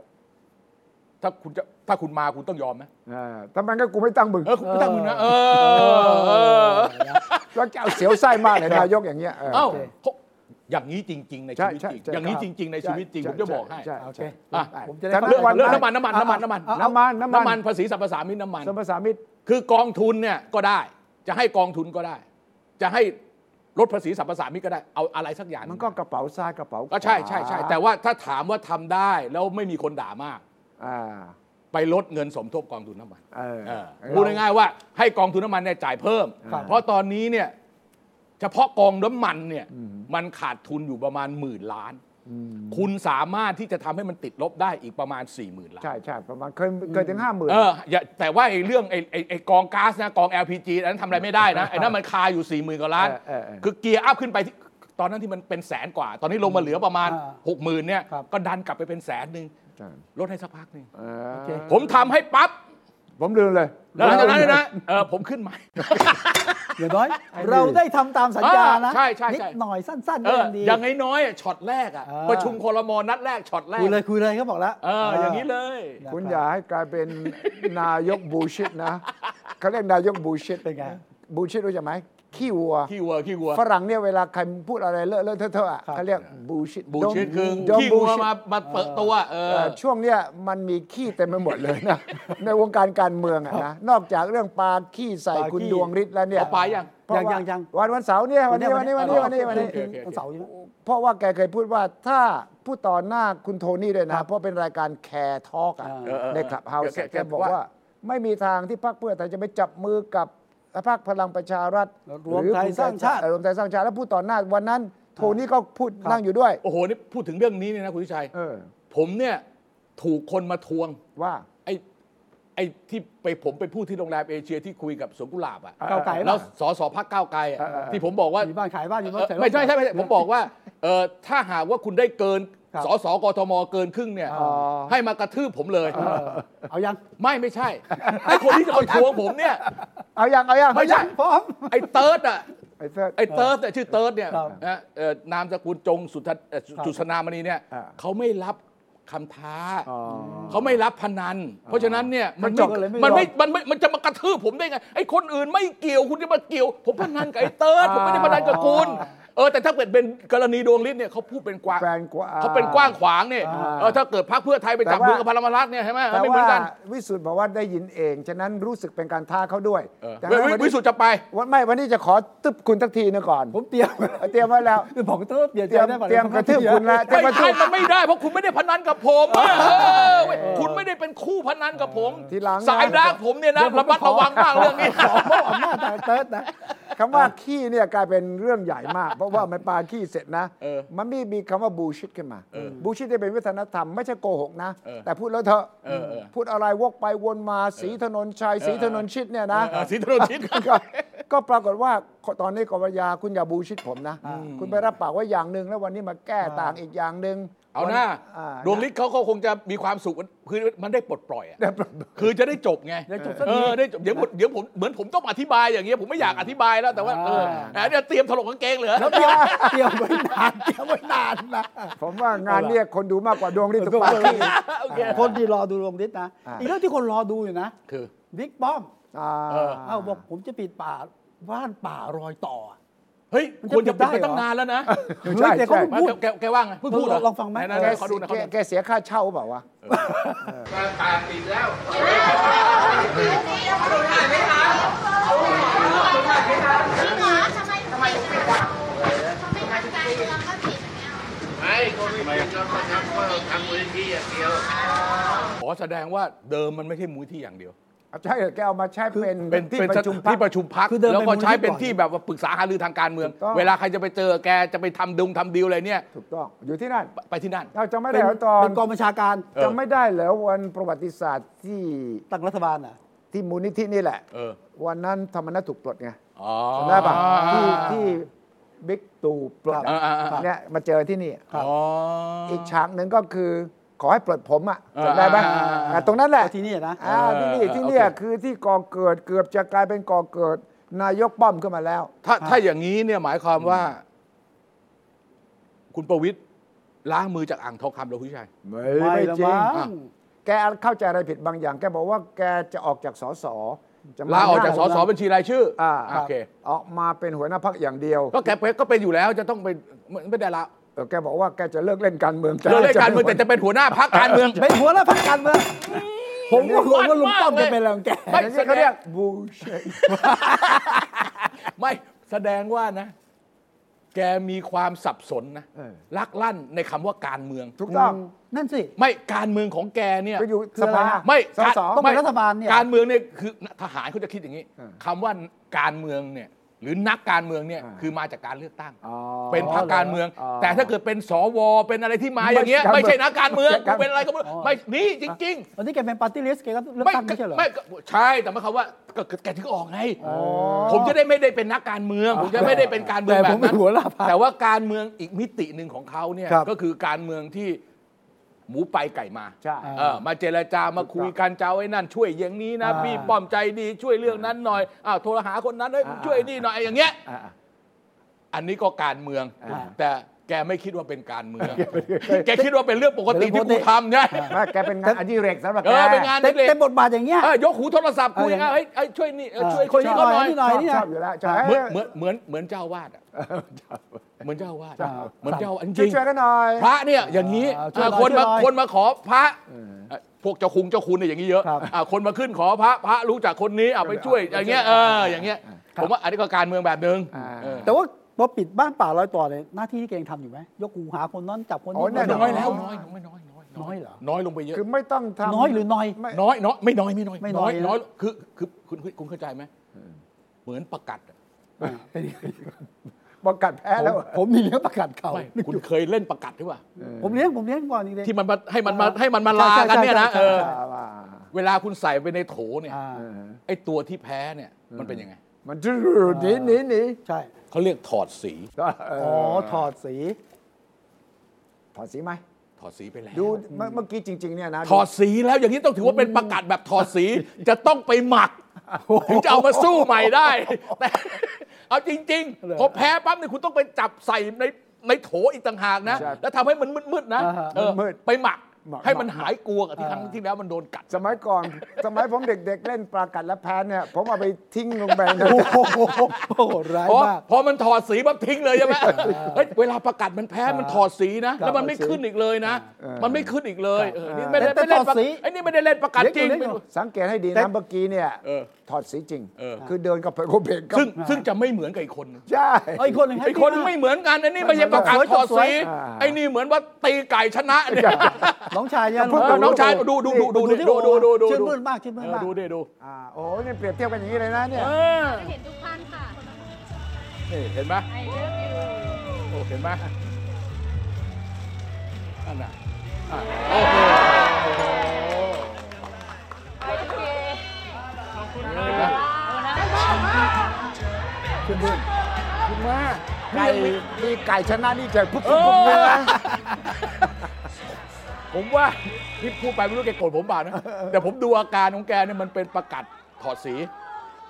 ถ้าคุณจะถ้าคุณมาคุณต้องยอมนะ เออทำไมก็กูไม่ตั้งมึง เออคุณไม่ตั้งมึงนะเออเออ ก็จะเอาเสียวไส้มากเลยนายกอย่างเงี้ยเออ เอ้าเขาอย่างนี้จริง ๆ ใน ใช่ ชีวิต ใช่ จริง ใช่ อย่างนี้ ครับ จริง ๆ ในชีวิตจริง ผมจะบอกให้ ช่ โอเค ช่ อ่ะ ผมจะได้ แต่ เรื่อง วัน เรื่อง น้ำ น้ำ มั มัน นน้ำมันน้ำมันน้ำมัน เอาเอาเอาน้ำมัน ภาษีสรรพสามิตน้ำมัน สมภาษามิตร คือกองทุนเนี่ยก็ได้ จะให้กองทุนก็ได้ จะให้ลดภาษีสรรพสามิตก็ได้ เอาอะไรสักอย่าง มันก็กระเป๋าซ้ายกระเป๋าขวา ก็ใช่ใช่ใช่แต่ว่าถ้าถามว่าทำได้แล้วไม่มีคนด่ามาก อ่า ไปลดเงินสมทบกองทุนน้ำมัน เออ เออ เออ พูดง่ายๆว่าให้กองทุนน้ำมันเนี่ยจ่ายเพิ่ม ครับ เพราะตอนนี้เนี่ยเฉพาะกองน้ำมันเนี่ย อืม มันขาดทุนอยู่ประมาณหมื่นล้าน อืม คุณสามารถที่จะทำให้มันติดลบได้อีกประมาณ 4 0,000ื่นล้าน ใช่ใช่ประมาณเคยเคยถึงห้าหมื่น เอออย่าแต่ว่าไอ้เรื่องไอ้ไอ้ไอ้กองก๊าซนะกอง LPG อันนั้นทำอะไรไม่ได้นะ ไอ้นั่นมันคาอยู่ 4 0,000กว่าล้านคืคืออเกียร์อัพขึ้นไปที่ตอนนั้นที่มันเป็นแสนกว่า ตอนนี้ลงมาเหลือประมาณ อ่า 6 0,000ื่นเนี่ย ครับ ก็ดันกลับไปเป็นแสนหนึ่ง ใช่ ลดให้สักพักหนึ่ง โอ โอ เค เค ผมทำให้ปั๊บ ผมลืมเลย แล้วหลังจากนั้นเนี่ยนะเออผมขึ้นใหม่ อย่างน้อย เราได้ทำตามสัญญานะ อ่าใช่ใช่ นิ ใช่ ดหน่อยสั้นๆ เอ ก็ อ ยังดี อย่างน้อยๆอ่ะช็อตแรกอ่ะ อ่า ประชุมคอรมอนัดแรกช็อตแรก คุยเลยคุยเลยเขาบอกแล้ว เอออย่างนี้เลย คุณอย่าให้กลายเป็นนายกบูชิตนะเขาเรียกนายกบูชิต เป็นไง บูชิตรู้จักไหมขี้วัว ขี้วัวขี้วัว ฝรั่งเนี่ยเวลาใครพูดอะไรเลอะเลอะเทอะเทอะอะ ครับ เขาเรียกบูชิต บูชิดคือ ดม ขี้ บู วัว ชิต มามาเปิดตัวเออ เอ่อช่วงเนี้ยมันมีขี้เต็มไปหมดเลยนะ ในวงการการเมืองอะนะนอกจากเรื่องปลาขี้ใส่ ปลา คุณ ขี้ ดวงฤทธิ์แล้วเนี่ย เอาไปยัง เพราะว่า ยังยังยัง วันวันเสาร์เนี่ยวันนี้วันนี้วันนี้ อ๋อ วันนี้วันนี้ โอเคโอเค วันนี้ วันเสาร์ใช่ไหม เพราะว่าแกเคยพูดว่าถ้าพูดต่อหน้าคุณโทนี่ด้วยนะ เพราะเป็นรายการแคร์ทอก อ่า ในคลับเฮาส์ แกแก แกบอกว่า ไม่มีทางที่พรรคเพื่อไทยจะไปจับมือกับพรรคพลังประชารัฐ แล้วรวมไทยสร้างชาติ เออรวมไทยสร้างชาติแล้วพูดต่อหน้าวันนั้น โทนี่ก็พูดนั่งอยู่ด้วย โอ้โหนี่พูดถึงเรื่องนี้เนี่ยนะคุณวิชัย เออ ผมเนี่ยถูกคนมาทวง ว่า ไอ้ไอ้ที่ไปผมไปพูดที่โรงแรมเอเชียที่คุยกับสวนกุหลาบอ่ะ เก้าวไก่ แล้ แล้ว ว สสพักก้าวไกลอะ เออเออ ที่ผมบอกว่า มีบ้านขายบ้านอยู่ เอ รถ อ ใส่รถ ไม่ใช่ไม่ใช่ไม่ใช่ผมบอกว่าเออถ้าหากว่าคุณได้เกิน ครับ สสกทมเกินครึ่งเนี่ย อ๋อ ให้มากระทืบผมเลย เออเอายัง ไม่ไม่ใช่ไอ้คนที่เอาทวงผมเนี่ย เอายังเอายัง ไม่ใช่ พร้อม ไอ้เติร์ดอ่ะ ไอ้เสื้อ ไอ้เติร์ดเนี่ยชื่อเติร์ดเนี่ย ครับ นะเอ่อนามสกุลจงสุทธเอ่อ ครับ จุสนามณีเนี่ย อ่า เขาไม่รับคำท้า อ๋อ เขาไม่รับพนัน เพราะฉะนั้นเนี่ยมัน จ ไม่ บเลยไม่ มันไม่ ยอม มันไม่มันจะมากระทืบผมได้ไงไอ้คนอื่นไม่เกี่ยวคุณจะมาเกี่ยว ผมพนันกับไอ้เติร์ดผมไม่ได้พนันกับคุณเออแต่ถ้าเกิดเป็นกรณีดวงฤทธิ์เนี่ยเขาพูดเป็นกว้าง แฟนกว่า เขาเป็นกว้างขวางเนี่ย อ่า เออถ้าเกิดพรรคเพื่อไทยไปจับ แต่ว่า มือกับพลังประชารัฐเนี่ยใช่ไหม แต่ ไม่เหมือว่านกัน วิสุทธ์บอกว่าได้ยินเอง ฉะนั้นรู้สึกเป็นการท้าเขาด้วย เออ ดังนั้น วิ นนี้ วิสุทธ์จะไป วันไม่วันนี้จะขอตึบคุณทักทีหนึงก่อน ผมเตรียม เตรียมไว้แล้ว คือบอกเติมเปลี่ยน เต ใจ รียม ได้ป่ะ เตรียมกระทืบคุณแล้วเตรียมก ไม่ ระทื ใช่ บ มันไม่ได้เพราะคุณไม่ได้พนันกับผมอะเออเว้ยคุณไม่ได้เป็นคู่พนันกับผม ทีหลังนะ สายดาร์กผมเนี่ยนะระมัดระวังบ้างเรื่องนี้ ขอมอบอำนาจทางเติร์ดนะ คำว่าขี้เนี่ยกลายเป็นเรื่องใหญ่มาก เพราะว่ามันปาขี้เสร็จนะ เออ มันมีมีคำว่าบูชิดขึ้นมา เออ บูชิดเนี่ยเป็นวัฒนธรรมไม่ใช่โกหกนะ เออ แต่พูดแล้วเถอะ เออเออ พูดอะไรวกไปวนมาสีถนนชัยสีถนนชิดเนี่ยนะ เออเออศรี ถนนชิด ก็ก็ปรากฏว่าตอนนี้กบยาคุณอย่าบูชิดผมนะ คุณไปรับปากว่าอย่างหนึ่งแล้ววันนี้มาแก้ต่างอีกอย่างหนึ่ง เอาหน้า อ่า ดวงฤทธิ์เขาก็คงจะมีความสุขคือมันได้ปลดปล่อยอะ ได้ปลดปล่อย คือจะได้จบไง ได้จบสักที เออได้จบเดี๋ยวผมเดี๋ยวผมเหมือนผมต้องอธิบายอย่างเงี้ยผมไม่อยากอธิบายแล้วแต่ว่าเออ อ่า เนี่ยเตรียมถลกกางเกงเหลือ แล้วเตรียม เตรียมไว้นานเตรียมไว้นานนะ ผมว่างานเนี้ยคนดูมากกว่าดวงฤทธิ์ทุกปาร์ตี้ คนที่รอดูลงดิสนะ อ่า อีกเรื่องที่คนรอดูอยู่นะ คือ บิ๊กป้อม อ่า เอ้าบอกผมจะปิดป่าบ้านป่ารอยต่ออะ เฮ้ย มันจะ ควรจะปิด ปิดไปได้เหรอ ตั้งนานแล้วนะ เออใช่ เฮ้ยแต่เขา ใช่ เพิ่งพูด แกแกว่าไงเพิ่งพูดเหรอ ลองฟังไหม น แก ๆๆขอดูหนะ แกแกเสียค่าเช่าเปล่าวะ ทำไมทำไมไม่ทำไม่ทำการเมืองก็ผิด ขอแสดงว่าเดิมมันไม่ใช่มูลที่อย่างเดียว ใช่เหรอแกเอามาใช้เป็น เป็น ที่ เป็น ประชุมพัก ที่ประชุมพัก คือเดิม แล้วก็ เป็นมูลนิธิ ใช้เป็น ก่อน ที่แบบว่าปรึกษาหารือทางการเมือง ถูกต้อง เวลาใครจะไปเจอแกจะไปทำดุงทำดีลอะไรเนี่ย ถูกต้อง อยู่ที่นั่น ไปที่นั่น เราจะไม่ เป็นได้เหรอตอน เป็นกองบัญชาการ จะไม่ได้เหรอวันประวัติศาสตร์ที่ ตั้งรัฐบาลอ่ะ ที่มูลนิธินี่แหละ เออ วันนั้นธรรมนัฐถูกปลดไง อ๋อ จำได้ปะที่ที่บิ๊กตู่ปลด อ่าอ่าอ่า เนี่ยมาเจอที่นี่ อ๋ออ อีกฉากหนึ่งก็คือขอให้ปลดผมอ่ะ เออ จำได้ไหม อ่าอ่าอ่า อ่าตรงนั้นแหละ ที่นี่นะ อ่า เอ ที่ อ นี่ที่เนี่ย โอเค คือที่ก่อเกิดเกือบจะกลายเป็นก่อเกิด นายกป้อมขึ้นมาแล้ว ถ้าถ้าอย่างนี้เนี่ยหมายความว่า คุณประวิตยล้างมือจากอ่างทองคำแล้วคุณชัย ไม่ ไม่ ไม่ ละ จริง มั้ง แกเข้าใจอะไรผิดบางอย่าง แกบอกว่าแกจะออกจากสสจะม ลาออกจากส หน้ สบัญชีรายชื่อ อ่า อ่าโอเค ออกมาเป็นหัวหน้าพักอย่างเดียว ก็แกเป็นก็เป็นอยู่แล้วจะต้องไปไม่ได้ละ เออแกบอกว่าแกจะเลิกเล่นการเมือง เรื่องเล่นการเมืองแต่จะเป็นหัวหน้าพรรคการเมือง เป็นหัวหน้าพักการเมืองผมก็งงว่าลุงป้อมจะเป็นอะไรของแก ไม่ อย่าง แส นี้ ด เขาเรีย ง กบูเช ไม่แสดงว่านะ แกมีความสับสนนะลักลั่นในคำว่าการเมือง ถูกต้อง นั่นสิ ไม่การเมืองของแกเนี่ย ไปอยู่ คือ ส อะไร ภา นะ ไม่ ส การ ส ต้องเป็น ไม่ รัฐบาลเนี่ย การเมืองเนี่ยคือทหารเขาจะคิดอย่างนี้คำว่าการเมืองเนี่ย หรือนักการเมืองเนี่ยคือมาจากการเลือกตั้ง อ๋อ เป็นพรรคการเมือง อ๋อ แต่ถ้าเกิดเป็นสวเป็นอะไรที่มาอย่างเงี้ย ไม่ ไม่ ใช่ ใช่นักการเมือง ไม่เป็นใช่การเมืองอะไรก็ไม่รู้ไม่นี่จริง ๆ วันนี้แกเป็นปาร์ตี้ลิสต์แกก็เลือก ไม่ ตั้งไม่ใช่เหรอ ไม่ก็ใช่แต่หมายความว่าก็ก็แกถึงออกไง อ ผมจะได้ไม่ได้เป็นนักการเมือง ผมจะไม่ได้เป็นการเมือง แต่ แบ ผ บ มเป็น นั้น หัวหน้าพรรค แต่ว่าการเมืองอีกมิติหนึ่งของเขาเนี่ย ครับ ก็คือการเมืองที่หมูไปไก่มา ใช่ เออมาเจรจามาคุยกันเจ้าไอ้นั่น ช่วยอย่างนี้นะ อ่า พี่ป้อมใจดีช่วยเรื่องนั้นหน่อยอ้าวโทรหาคนนั้นเฮ้ยมึงช่วยนี่หน่อยไอ้อย่างเงี้ย อ่า อันนี้ก็การเมือง อ่า แต่แกไม่คิดว่าเป็นการเมือง แกคิดว่าเป็นเรื่องปกติที่กูทำเนี่ย ไม่แกเป็นงานอดิเรกสำหรับแก เออเป็นงาน แต่แต่บทบาทอย่างเงี้ย เอ้ยยกหูโทรศัพท์คุย เอออย่างนั้ เอ้ น ยเอ้ยช่วยนี่เอ้ย เออ ช่วยคนนี้ ช่ ก็ วย ห หน่ น่อ อย ย ชอบ นี่นะ ชอบอยู่แล้วใช่ เหมือนเหมือนเหมือนเหมือนเจ้าวาดอะเหมือนเจ้าวาดอะเหมือนเจ้าอันจ ช่วย ริง ช่วยๆกันหน่อย พระเนี่ยอย่างนี้ เออช่วยหน่อย อ่ะคนมา ช่วยหน่อย คนมาขอพระเอ่อพวกเจ้าคุงเจ้าคุณเนี่ยอย่างนี้เยอะ ครับ อ่ะคนมาขึ้นขอพระพระรู้จักคนนี้เอาไปช่วย ไปอช่วยย่างเงี้ยเอออย่างเงี้ย ครับ ผมว่าอันนี้ก็การเมืองแบบหนึ่ง อ่า เออ แต่ว่าพอปิดบ้านป่ารอยต่อเนี่ยหน้าที่ที่แกยังทำอยู่ไหมยกหูหาคนนั้นจับคน โอ้ นี้ ยแน่น น้อยแล้ว น้ น้ อ อย ยน้น้อยน้อยน้อยอยเหรอ น้อยลงไปเยอะ คือไม่ต้องทำ น้อยหรือน้อย ไม่ น้อยน้อยไม่น้อยไม่น้อย ไม่น้อยนะ น้อยคือคือคุณคุณคุณเข้าใจไหมเหมือนประกาศอะ ประกาศแพ้แล้ว ผมผมนี่เลี้ยงประกาศเขา ไม่คุณเคยเล่นประกัดหรือเปล่า ผมเลี้ยงผมเลี้ยงก่อนจริงๆ ที่มันมาให้มันมา อ่า ให้มันมา ใช่ ลา ใช่ กันเนี่ยนะ ใช่ เอ ใช่ อ ใช่ อ่าว่า เวลาคุณใส่ไปในโถเนี่ย อ่า เออ ไอ้ตัวที่แพ้เนี่ยมันเป็นยังไง มันจะหนีหนีหนี ใช่ เขาเรียกถอดสี เ อ๋อถอดสี ถอดสีไหม ถอดสีไปแล้ว ดูเมื่อเมื่อกี้จริง ๆ เนี่ยนะ ถอดสีแล้วอย่างนี้ต้องถือว่าเป็นประกัดแบบถอด สี จะต้องไปหมักถึงจะเอามาสู้ใหม่ได้ แต่เอาจริง เหรอ ๆพอแพ้ปั๊บเนี่ยคุณต้องไปจับใส่ในในโถอีกต่างหากนะ แล้วทำให้มันมืดๆนะ อ่าฮะ เออ มืด ไปหมัก ให้มันหายกลัวกับที่ครั้งที่แล้วมันโดนกัด สมัยก่อน สมัยผมเด็ก ๆ เล่นปลากัดและแพนเนี่ย ผมเอาไปทิ้งลงไปใน โอ้โหโหดร้าย พอ มาก พอมันถอดสีปั๊บทิ้งเลยใช่ไหมเฮ้ยเวลาประกาศมันแพ้มันถอดสีนะ แล้วมันไม่ขึ้นอีกเลยนะ มันไม่ขึ้นอีกเลยเออนี่ไม่ได้ แต่ ไม่เล่น ถอดสี ไอ้นี่ไม่ได้เล่นประกาศจริง เดี๋ยว สังเกตให้ดี แต่ นะเมื่อกี้เนี่ย เออ ถอดสีจริง เออ คือเดินกับไปโกเพกกับ ซึ่งซึ่งจะไม่เหมือนกับอีกคนนึง ใช่ เอาอีกคนหนึ่งให้ ไอ้คน พี่ ไม่เหมือนกันไอ้นี่ไม่ใช่ประกาศถอดสี ไอ้นี่เหมือนว่าตีไก่ชนะเนี่ย น้องชายใช่ไหม เออน้องชายดูดูดูดูดู ที่ ดูดูดูดู ชื่นมื่นมากชื่นมื่ เอน อ มาก ดูดิดู อ่าโอ้ยนี่เปรียบเทียบกันอย่างนี้เลยนะเนี่ย เออ เห็นทุกท่านค่ะ นี่เห็นไหม I love you โอ้เห็นไหมอันน่ะอ่ะโอ้โห คุณว่าไก่มีไก่ชนะนี่เจอปุ๊บ เอ ปุ๊บปุ๊บเลย อ นะ ผมว่าที่พูดไปไม่รู้แกโกรธผมบ่านะ แต่ผมดูอาการของแกเนี่ยมันเป็นประกัดถอดสี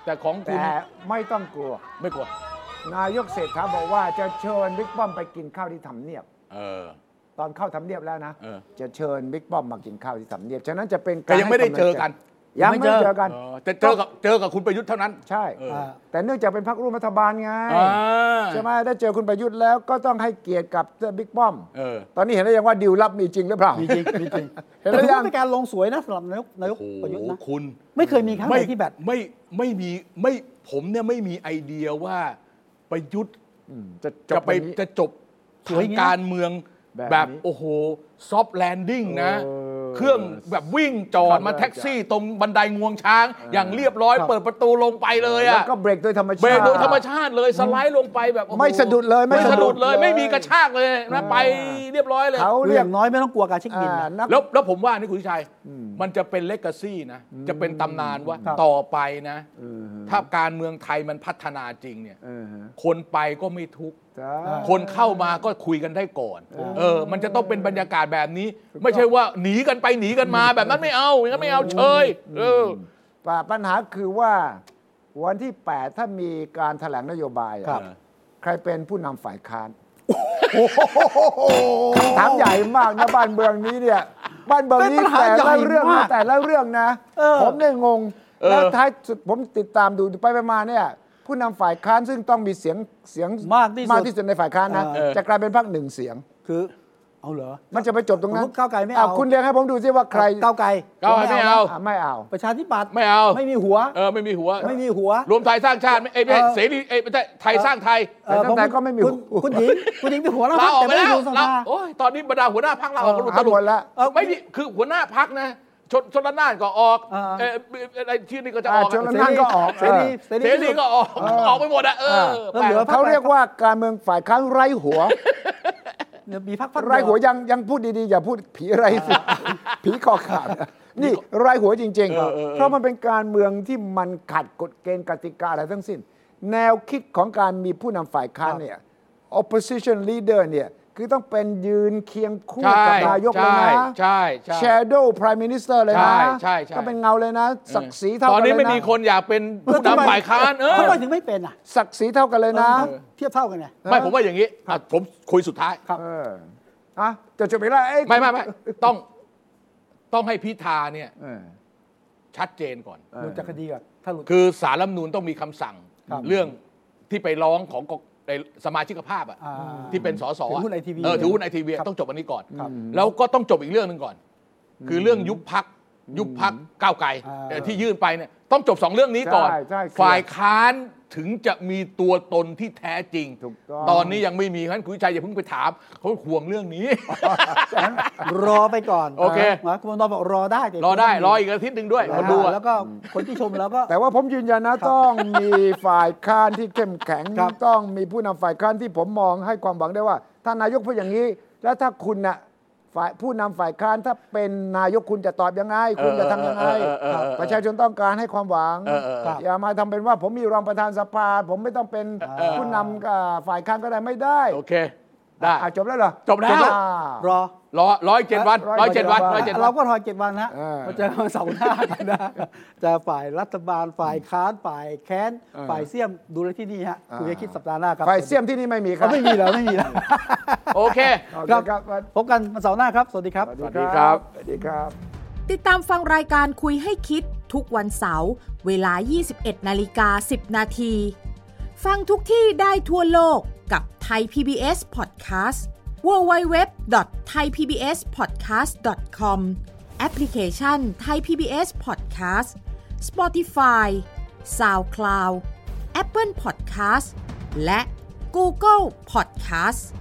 แต่ของคุ แต่ ณ ไม่ต้องกลัว ไม่กลัว นายกเศรษฐาบอกว่าจะเชิญบิ๊กป้อมไปกินข้าวที่ทำเนียบ เออ ตอนเข้าทำเนียบแล้วนะ เออ จะเชิญบิ๊กป้อมมากินข้าวที่ทำเนียบฉะนั้นจะเป็น แต่ การ ยังไม่ได้ ให้ำลั เจอกัน ใจยังไม่ได้เจอกัน เออแต่เจอกับเจอกับคุณประยุทธ์เท่านั้น ใช่ เออ แต่เนื่องจากเป็นพรรคร่วมรัฐบาลไง อ่า ใช่ไหมได้เจอคุณประยุทธ์แล้วก็ต้องให้เกียรติกับบิ๊กป้อม เออ ตอนนี้เห็นแล้วยังว่าดิวลับมีจริงหรือเปล่า มีจริงมีจริง เห็น แต่ หรื ถื อ อ ยัง ว่าเป็นการลงสวยนะสำหรับนายกนายก โอ้โห ประยุทธ์นะ คุณ ไม่เคยมีครั้งไหนที่แบบ ไม่ไม่มีไม่ผมเนี่ยไม่มีไอเดียว่าประยุทธ์ จะจ จะ บ ไป วันนี้ จะจบ สวย ทาง งี้นะ การเมือง แบบ แบบ นี้ โอ้โหซอฟแลนดิ้งนะ เออ เครื่องแบบวิ่งจอดมาแท็กซี่ ตรงบันไดงวงช้าง อย่างเรียบร้อยเปิดประตูลงไปเลย แล้ว อะ ก็เบรกโดยธรรมชาติ เบรกโดยธรรมชาติเลยสไลด์ลงไปแบบโอ้โห ไม่สะดุดเลยไม่ ไม่สะดุด สะดุด เล เลย ย ไม่มีกระชากเลยนะไปเรียบร้อยเลย เขา เรื่ เรีย อก งน้อยไม่ต้องกลัวการเช็คบินนะ อ่านัก แล้วแล้วผมว่านี่คุณชัย มันจะเป็นเลก a ซี่นะ จะเป็นตำนานว่า ครับ ต่อไปนะ เออฮะ ถ้าการเมืองไทยมันพัฒนาจริงเนี่ย เออฮะ คนไปก็ไม่ทุกข์ จ้า คนเข้ามาก็คุยกันได้ก่อน เออ มันจะต้องเป็นบรรยากาศแบบนี้ ไม่ใช่ว่าหนีกันไปหนีกันมาแบบนั้นไม่เอาอย่างนั้นไม่เอาเชยเออ ป่าปัญหาคือว่าวันที่ 8 ถ้ามีการแถลงนโยบายอะ ครับ ใครเป็นผู้นำฝ่ายค้าน คำถามใหญ่มากนะบ้านเมืองนี้เนี่ย บ้านเมืองนี้ เป็นปัญหา แต่ ใหญ่ ละเรื่อง มา นะ ก แต่ละเรื่องนะ เออ ผมเนี่ยงง เออ แล้วท้ายสุดผมติดตามดูไปไปมาเนี่ย ผู้นำฝ่ายค้านซึ่งต้องมีเสียงเสียง มากที่สุด ในฝ่ายค้านนะ เออ จะกลายเป็นพรรคหนึ่งเสียง คือเอาเหรอ มันจะไปจบตรงนั้ สม น มุติก้าวไกลไม่เอา ะคุณเรียงให้ผมดูซิว่าใคร ก้าวไกล ก้าวไกลไม่เอา อ่ะไม่เอา ประชาธิปัตย์ ไม่เอา ไม่มีหัว เออไม่มีหัว ไม่มีหัว รวมไทยสร้างชาติไม่เอ้ยไม่ใช่ เออ เสรีเอ้ยไม่ใช่ไทยสร้างไทย เอ่อ แต่ตั้งแต่ก็ไม่มี คุณ หัว คุณหญิงคุณหญิงเป็นหัวหน้าพร ลาครออก แต่ ไป ไม่ได้ แล้อวยู่ส ลา ภา โอ้ยตอนนี้บรรดาหัวหน้าพักเราออกกันหมดตล ห ก มดแล้ว เออ ไม่ดิคือหัวหน้าพักนะ ชนชนละนานก็ออก เออ เอออะไรชื่อนี้ก็จะออก อ่าชล นั่นก็ออก เสรีเสรี เสรีก็ออกออกไปหมดอะเออ เออเหลือพรรค เขาเรียกว่าการเมืองฝ่ายค้านไร้หั ว เหลือมีพรรคพรรคเดีย ไร้หัวยังยังพูดดีๆ อย่าพูดผีไร้ สิผีคอขาดนะนี่ไร้หัวจริง ๆ เพราะมันเป็นการเมืองที่มันขัดกฎเกณฑ์กติกาอะไรทั้งสิ้น แนวคิดของการมีผู้นำฝ่ายค้านเนี่ย opposition leader เนี่ย คือต้องเป็นยืนเคียงคู่ ใช่ กับนายกเลย ใช่ นะ ใช่ใช่ shadow prime minister เลยนะ ใช่ใช่ใช่ ก็เป็นเงาเลยนะ ศักดิ์ศรีเท่า ต กั อน น เลย นี้ นะ ไม่มีคนอยากเป็น เออ ผู้ ทำไม นำฝ่ายค้านเออ ทำไมถึงไม่เป็นอ่ะ ศักดิ์ศรีเท่ากันเลยนะ เออเทียบเท่ากันไง ไม่ผมว่าอย่างนี้อ่ะผมคุยสุดท้าย เอออะจะจบไปแล้วเอ้ย ไม่ไม่ไม่ต้องต้องให้พิธาเนี่ย เออ ชัดเจนก่อน หลุดจากคดีก่อนถ้าหลุด คือสารรัฐธรรมนูนต้องมีคำสั่ง ครับ เรื่องที่ไปร้องของกในสมาชิกภาพอะ อ่า ที่เป็นสส ถือหุ้น ITV เออถือหุ้นไอทีวีต้องจบอันนี้ก่อน ครับ แล้วก็ต้องจบอีกเรื่องหนึ่งก่อน คือเรื่องยุบพักยุบพักก้าวไกลเอ่อที่ยื่นไปเนี่ยต้องจบสองเรื่องนี้ก่อน ใช่ใช่ครับ ฝ่ายค้านถึงจะมีตัวตนที่แท้จริง ถูกต้อง ตอนนี้ยังไม่มีท่านคุณวิชัยอย่าเพิ่งไปถามเขาห่วงเรื่องนี้ รอไปก่อน โอเค นะคุณมนตบอกรอได้แต่ รอได้รออีกอาทิตย์หนึ่งด้วยมาดู อ่า อะ แล้วก็คนที่ชมแล้วก็ แต่ว่าผมยืนยันนะต้องมีฝ่ายค้านที่เข้มแข็ง ครับ ต้องมีผู้นำฝ่ายค้านที่ผมมองให้ความหวังได้ว่า ถ้านายกพูดอย่างนี้ แล้วถ้าคุณน่ะฝ่ายผู้นำฝ่ายค้านถ้าเป็นนายกคุณจะตอบยังไง คุณจะทำยังไง เออเออเออเออ ครับ เออ ประชาชนต้องการให้ความหวัง เออเออเออ อย่ามาทำเป็นว่าผมมีรองประธานสภา ผมไม่ต้องเป็น เออ ผู้นำกับฝ่ายค้านก็ได้ไม่ได้ โอเคได้ อ่ะจบแล้วเหรอ จบแล้ว อ่า รอ รอร้อยเจ็ดวันร้อยเจ็ดวันร้อยเจ็ดวั เรา น ก็รอเจ็ดวันนะ เออ มาเจอกันวันเสาร์หน้า นะจะฝ่ายรัฐบาลฝ่ายค้านฝ่ายแค้นฝ่ายเสี่ยมดูแลที่นี่ฮะ อ่า คุณจะคิดสัปดาห์หน้าครับ ฝ่ายเสียมที่นี่ไม่มีครั เขา บ ไม่มีแล้วไม่มี แล้ว โอเค โอเคครับสวัส พบกันวันเสาร์หน้าครับ สวัสดีครับ ดี ครับ สวัสดีครับ ติดตามฟังรายการคุยให้คิดทุกวันเสาร์เวลา 21 นาฬิกา 10 นาที ฟังทุกที่ได้ทั่วโลกกับ t h a i PBS Podcast www.thaipbspodcast.com แอปพลิเคชัน Thai PBS Podcast Spotify SoundCloud Apple Podcast และ Google Podcast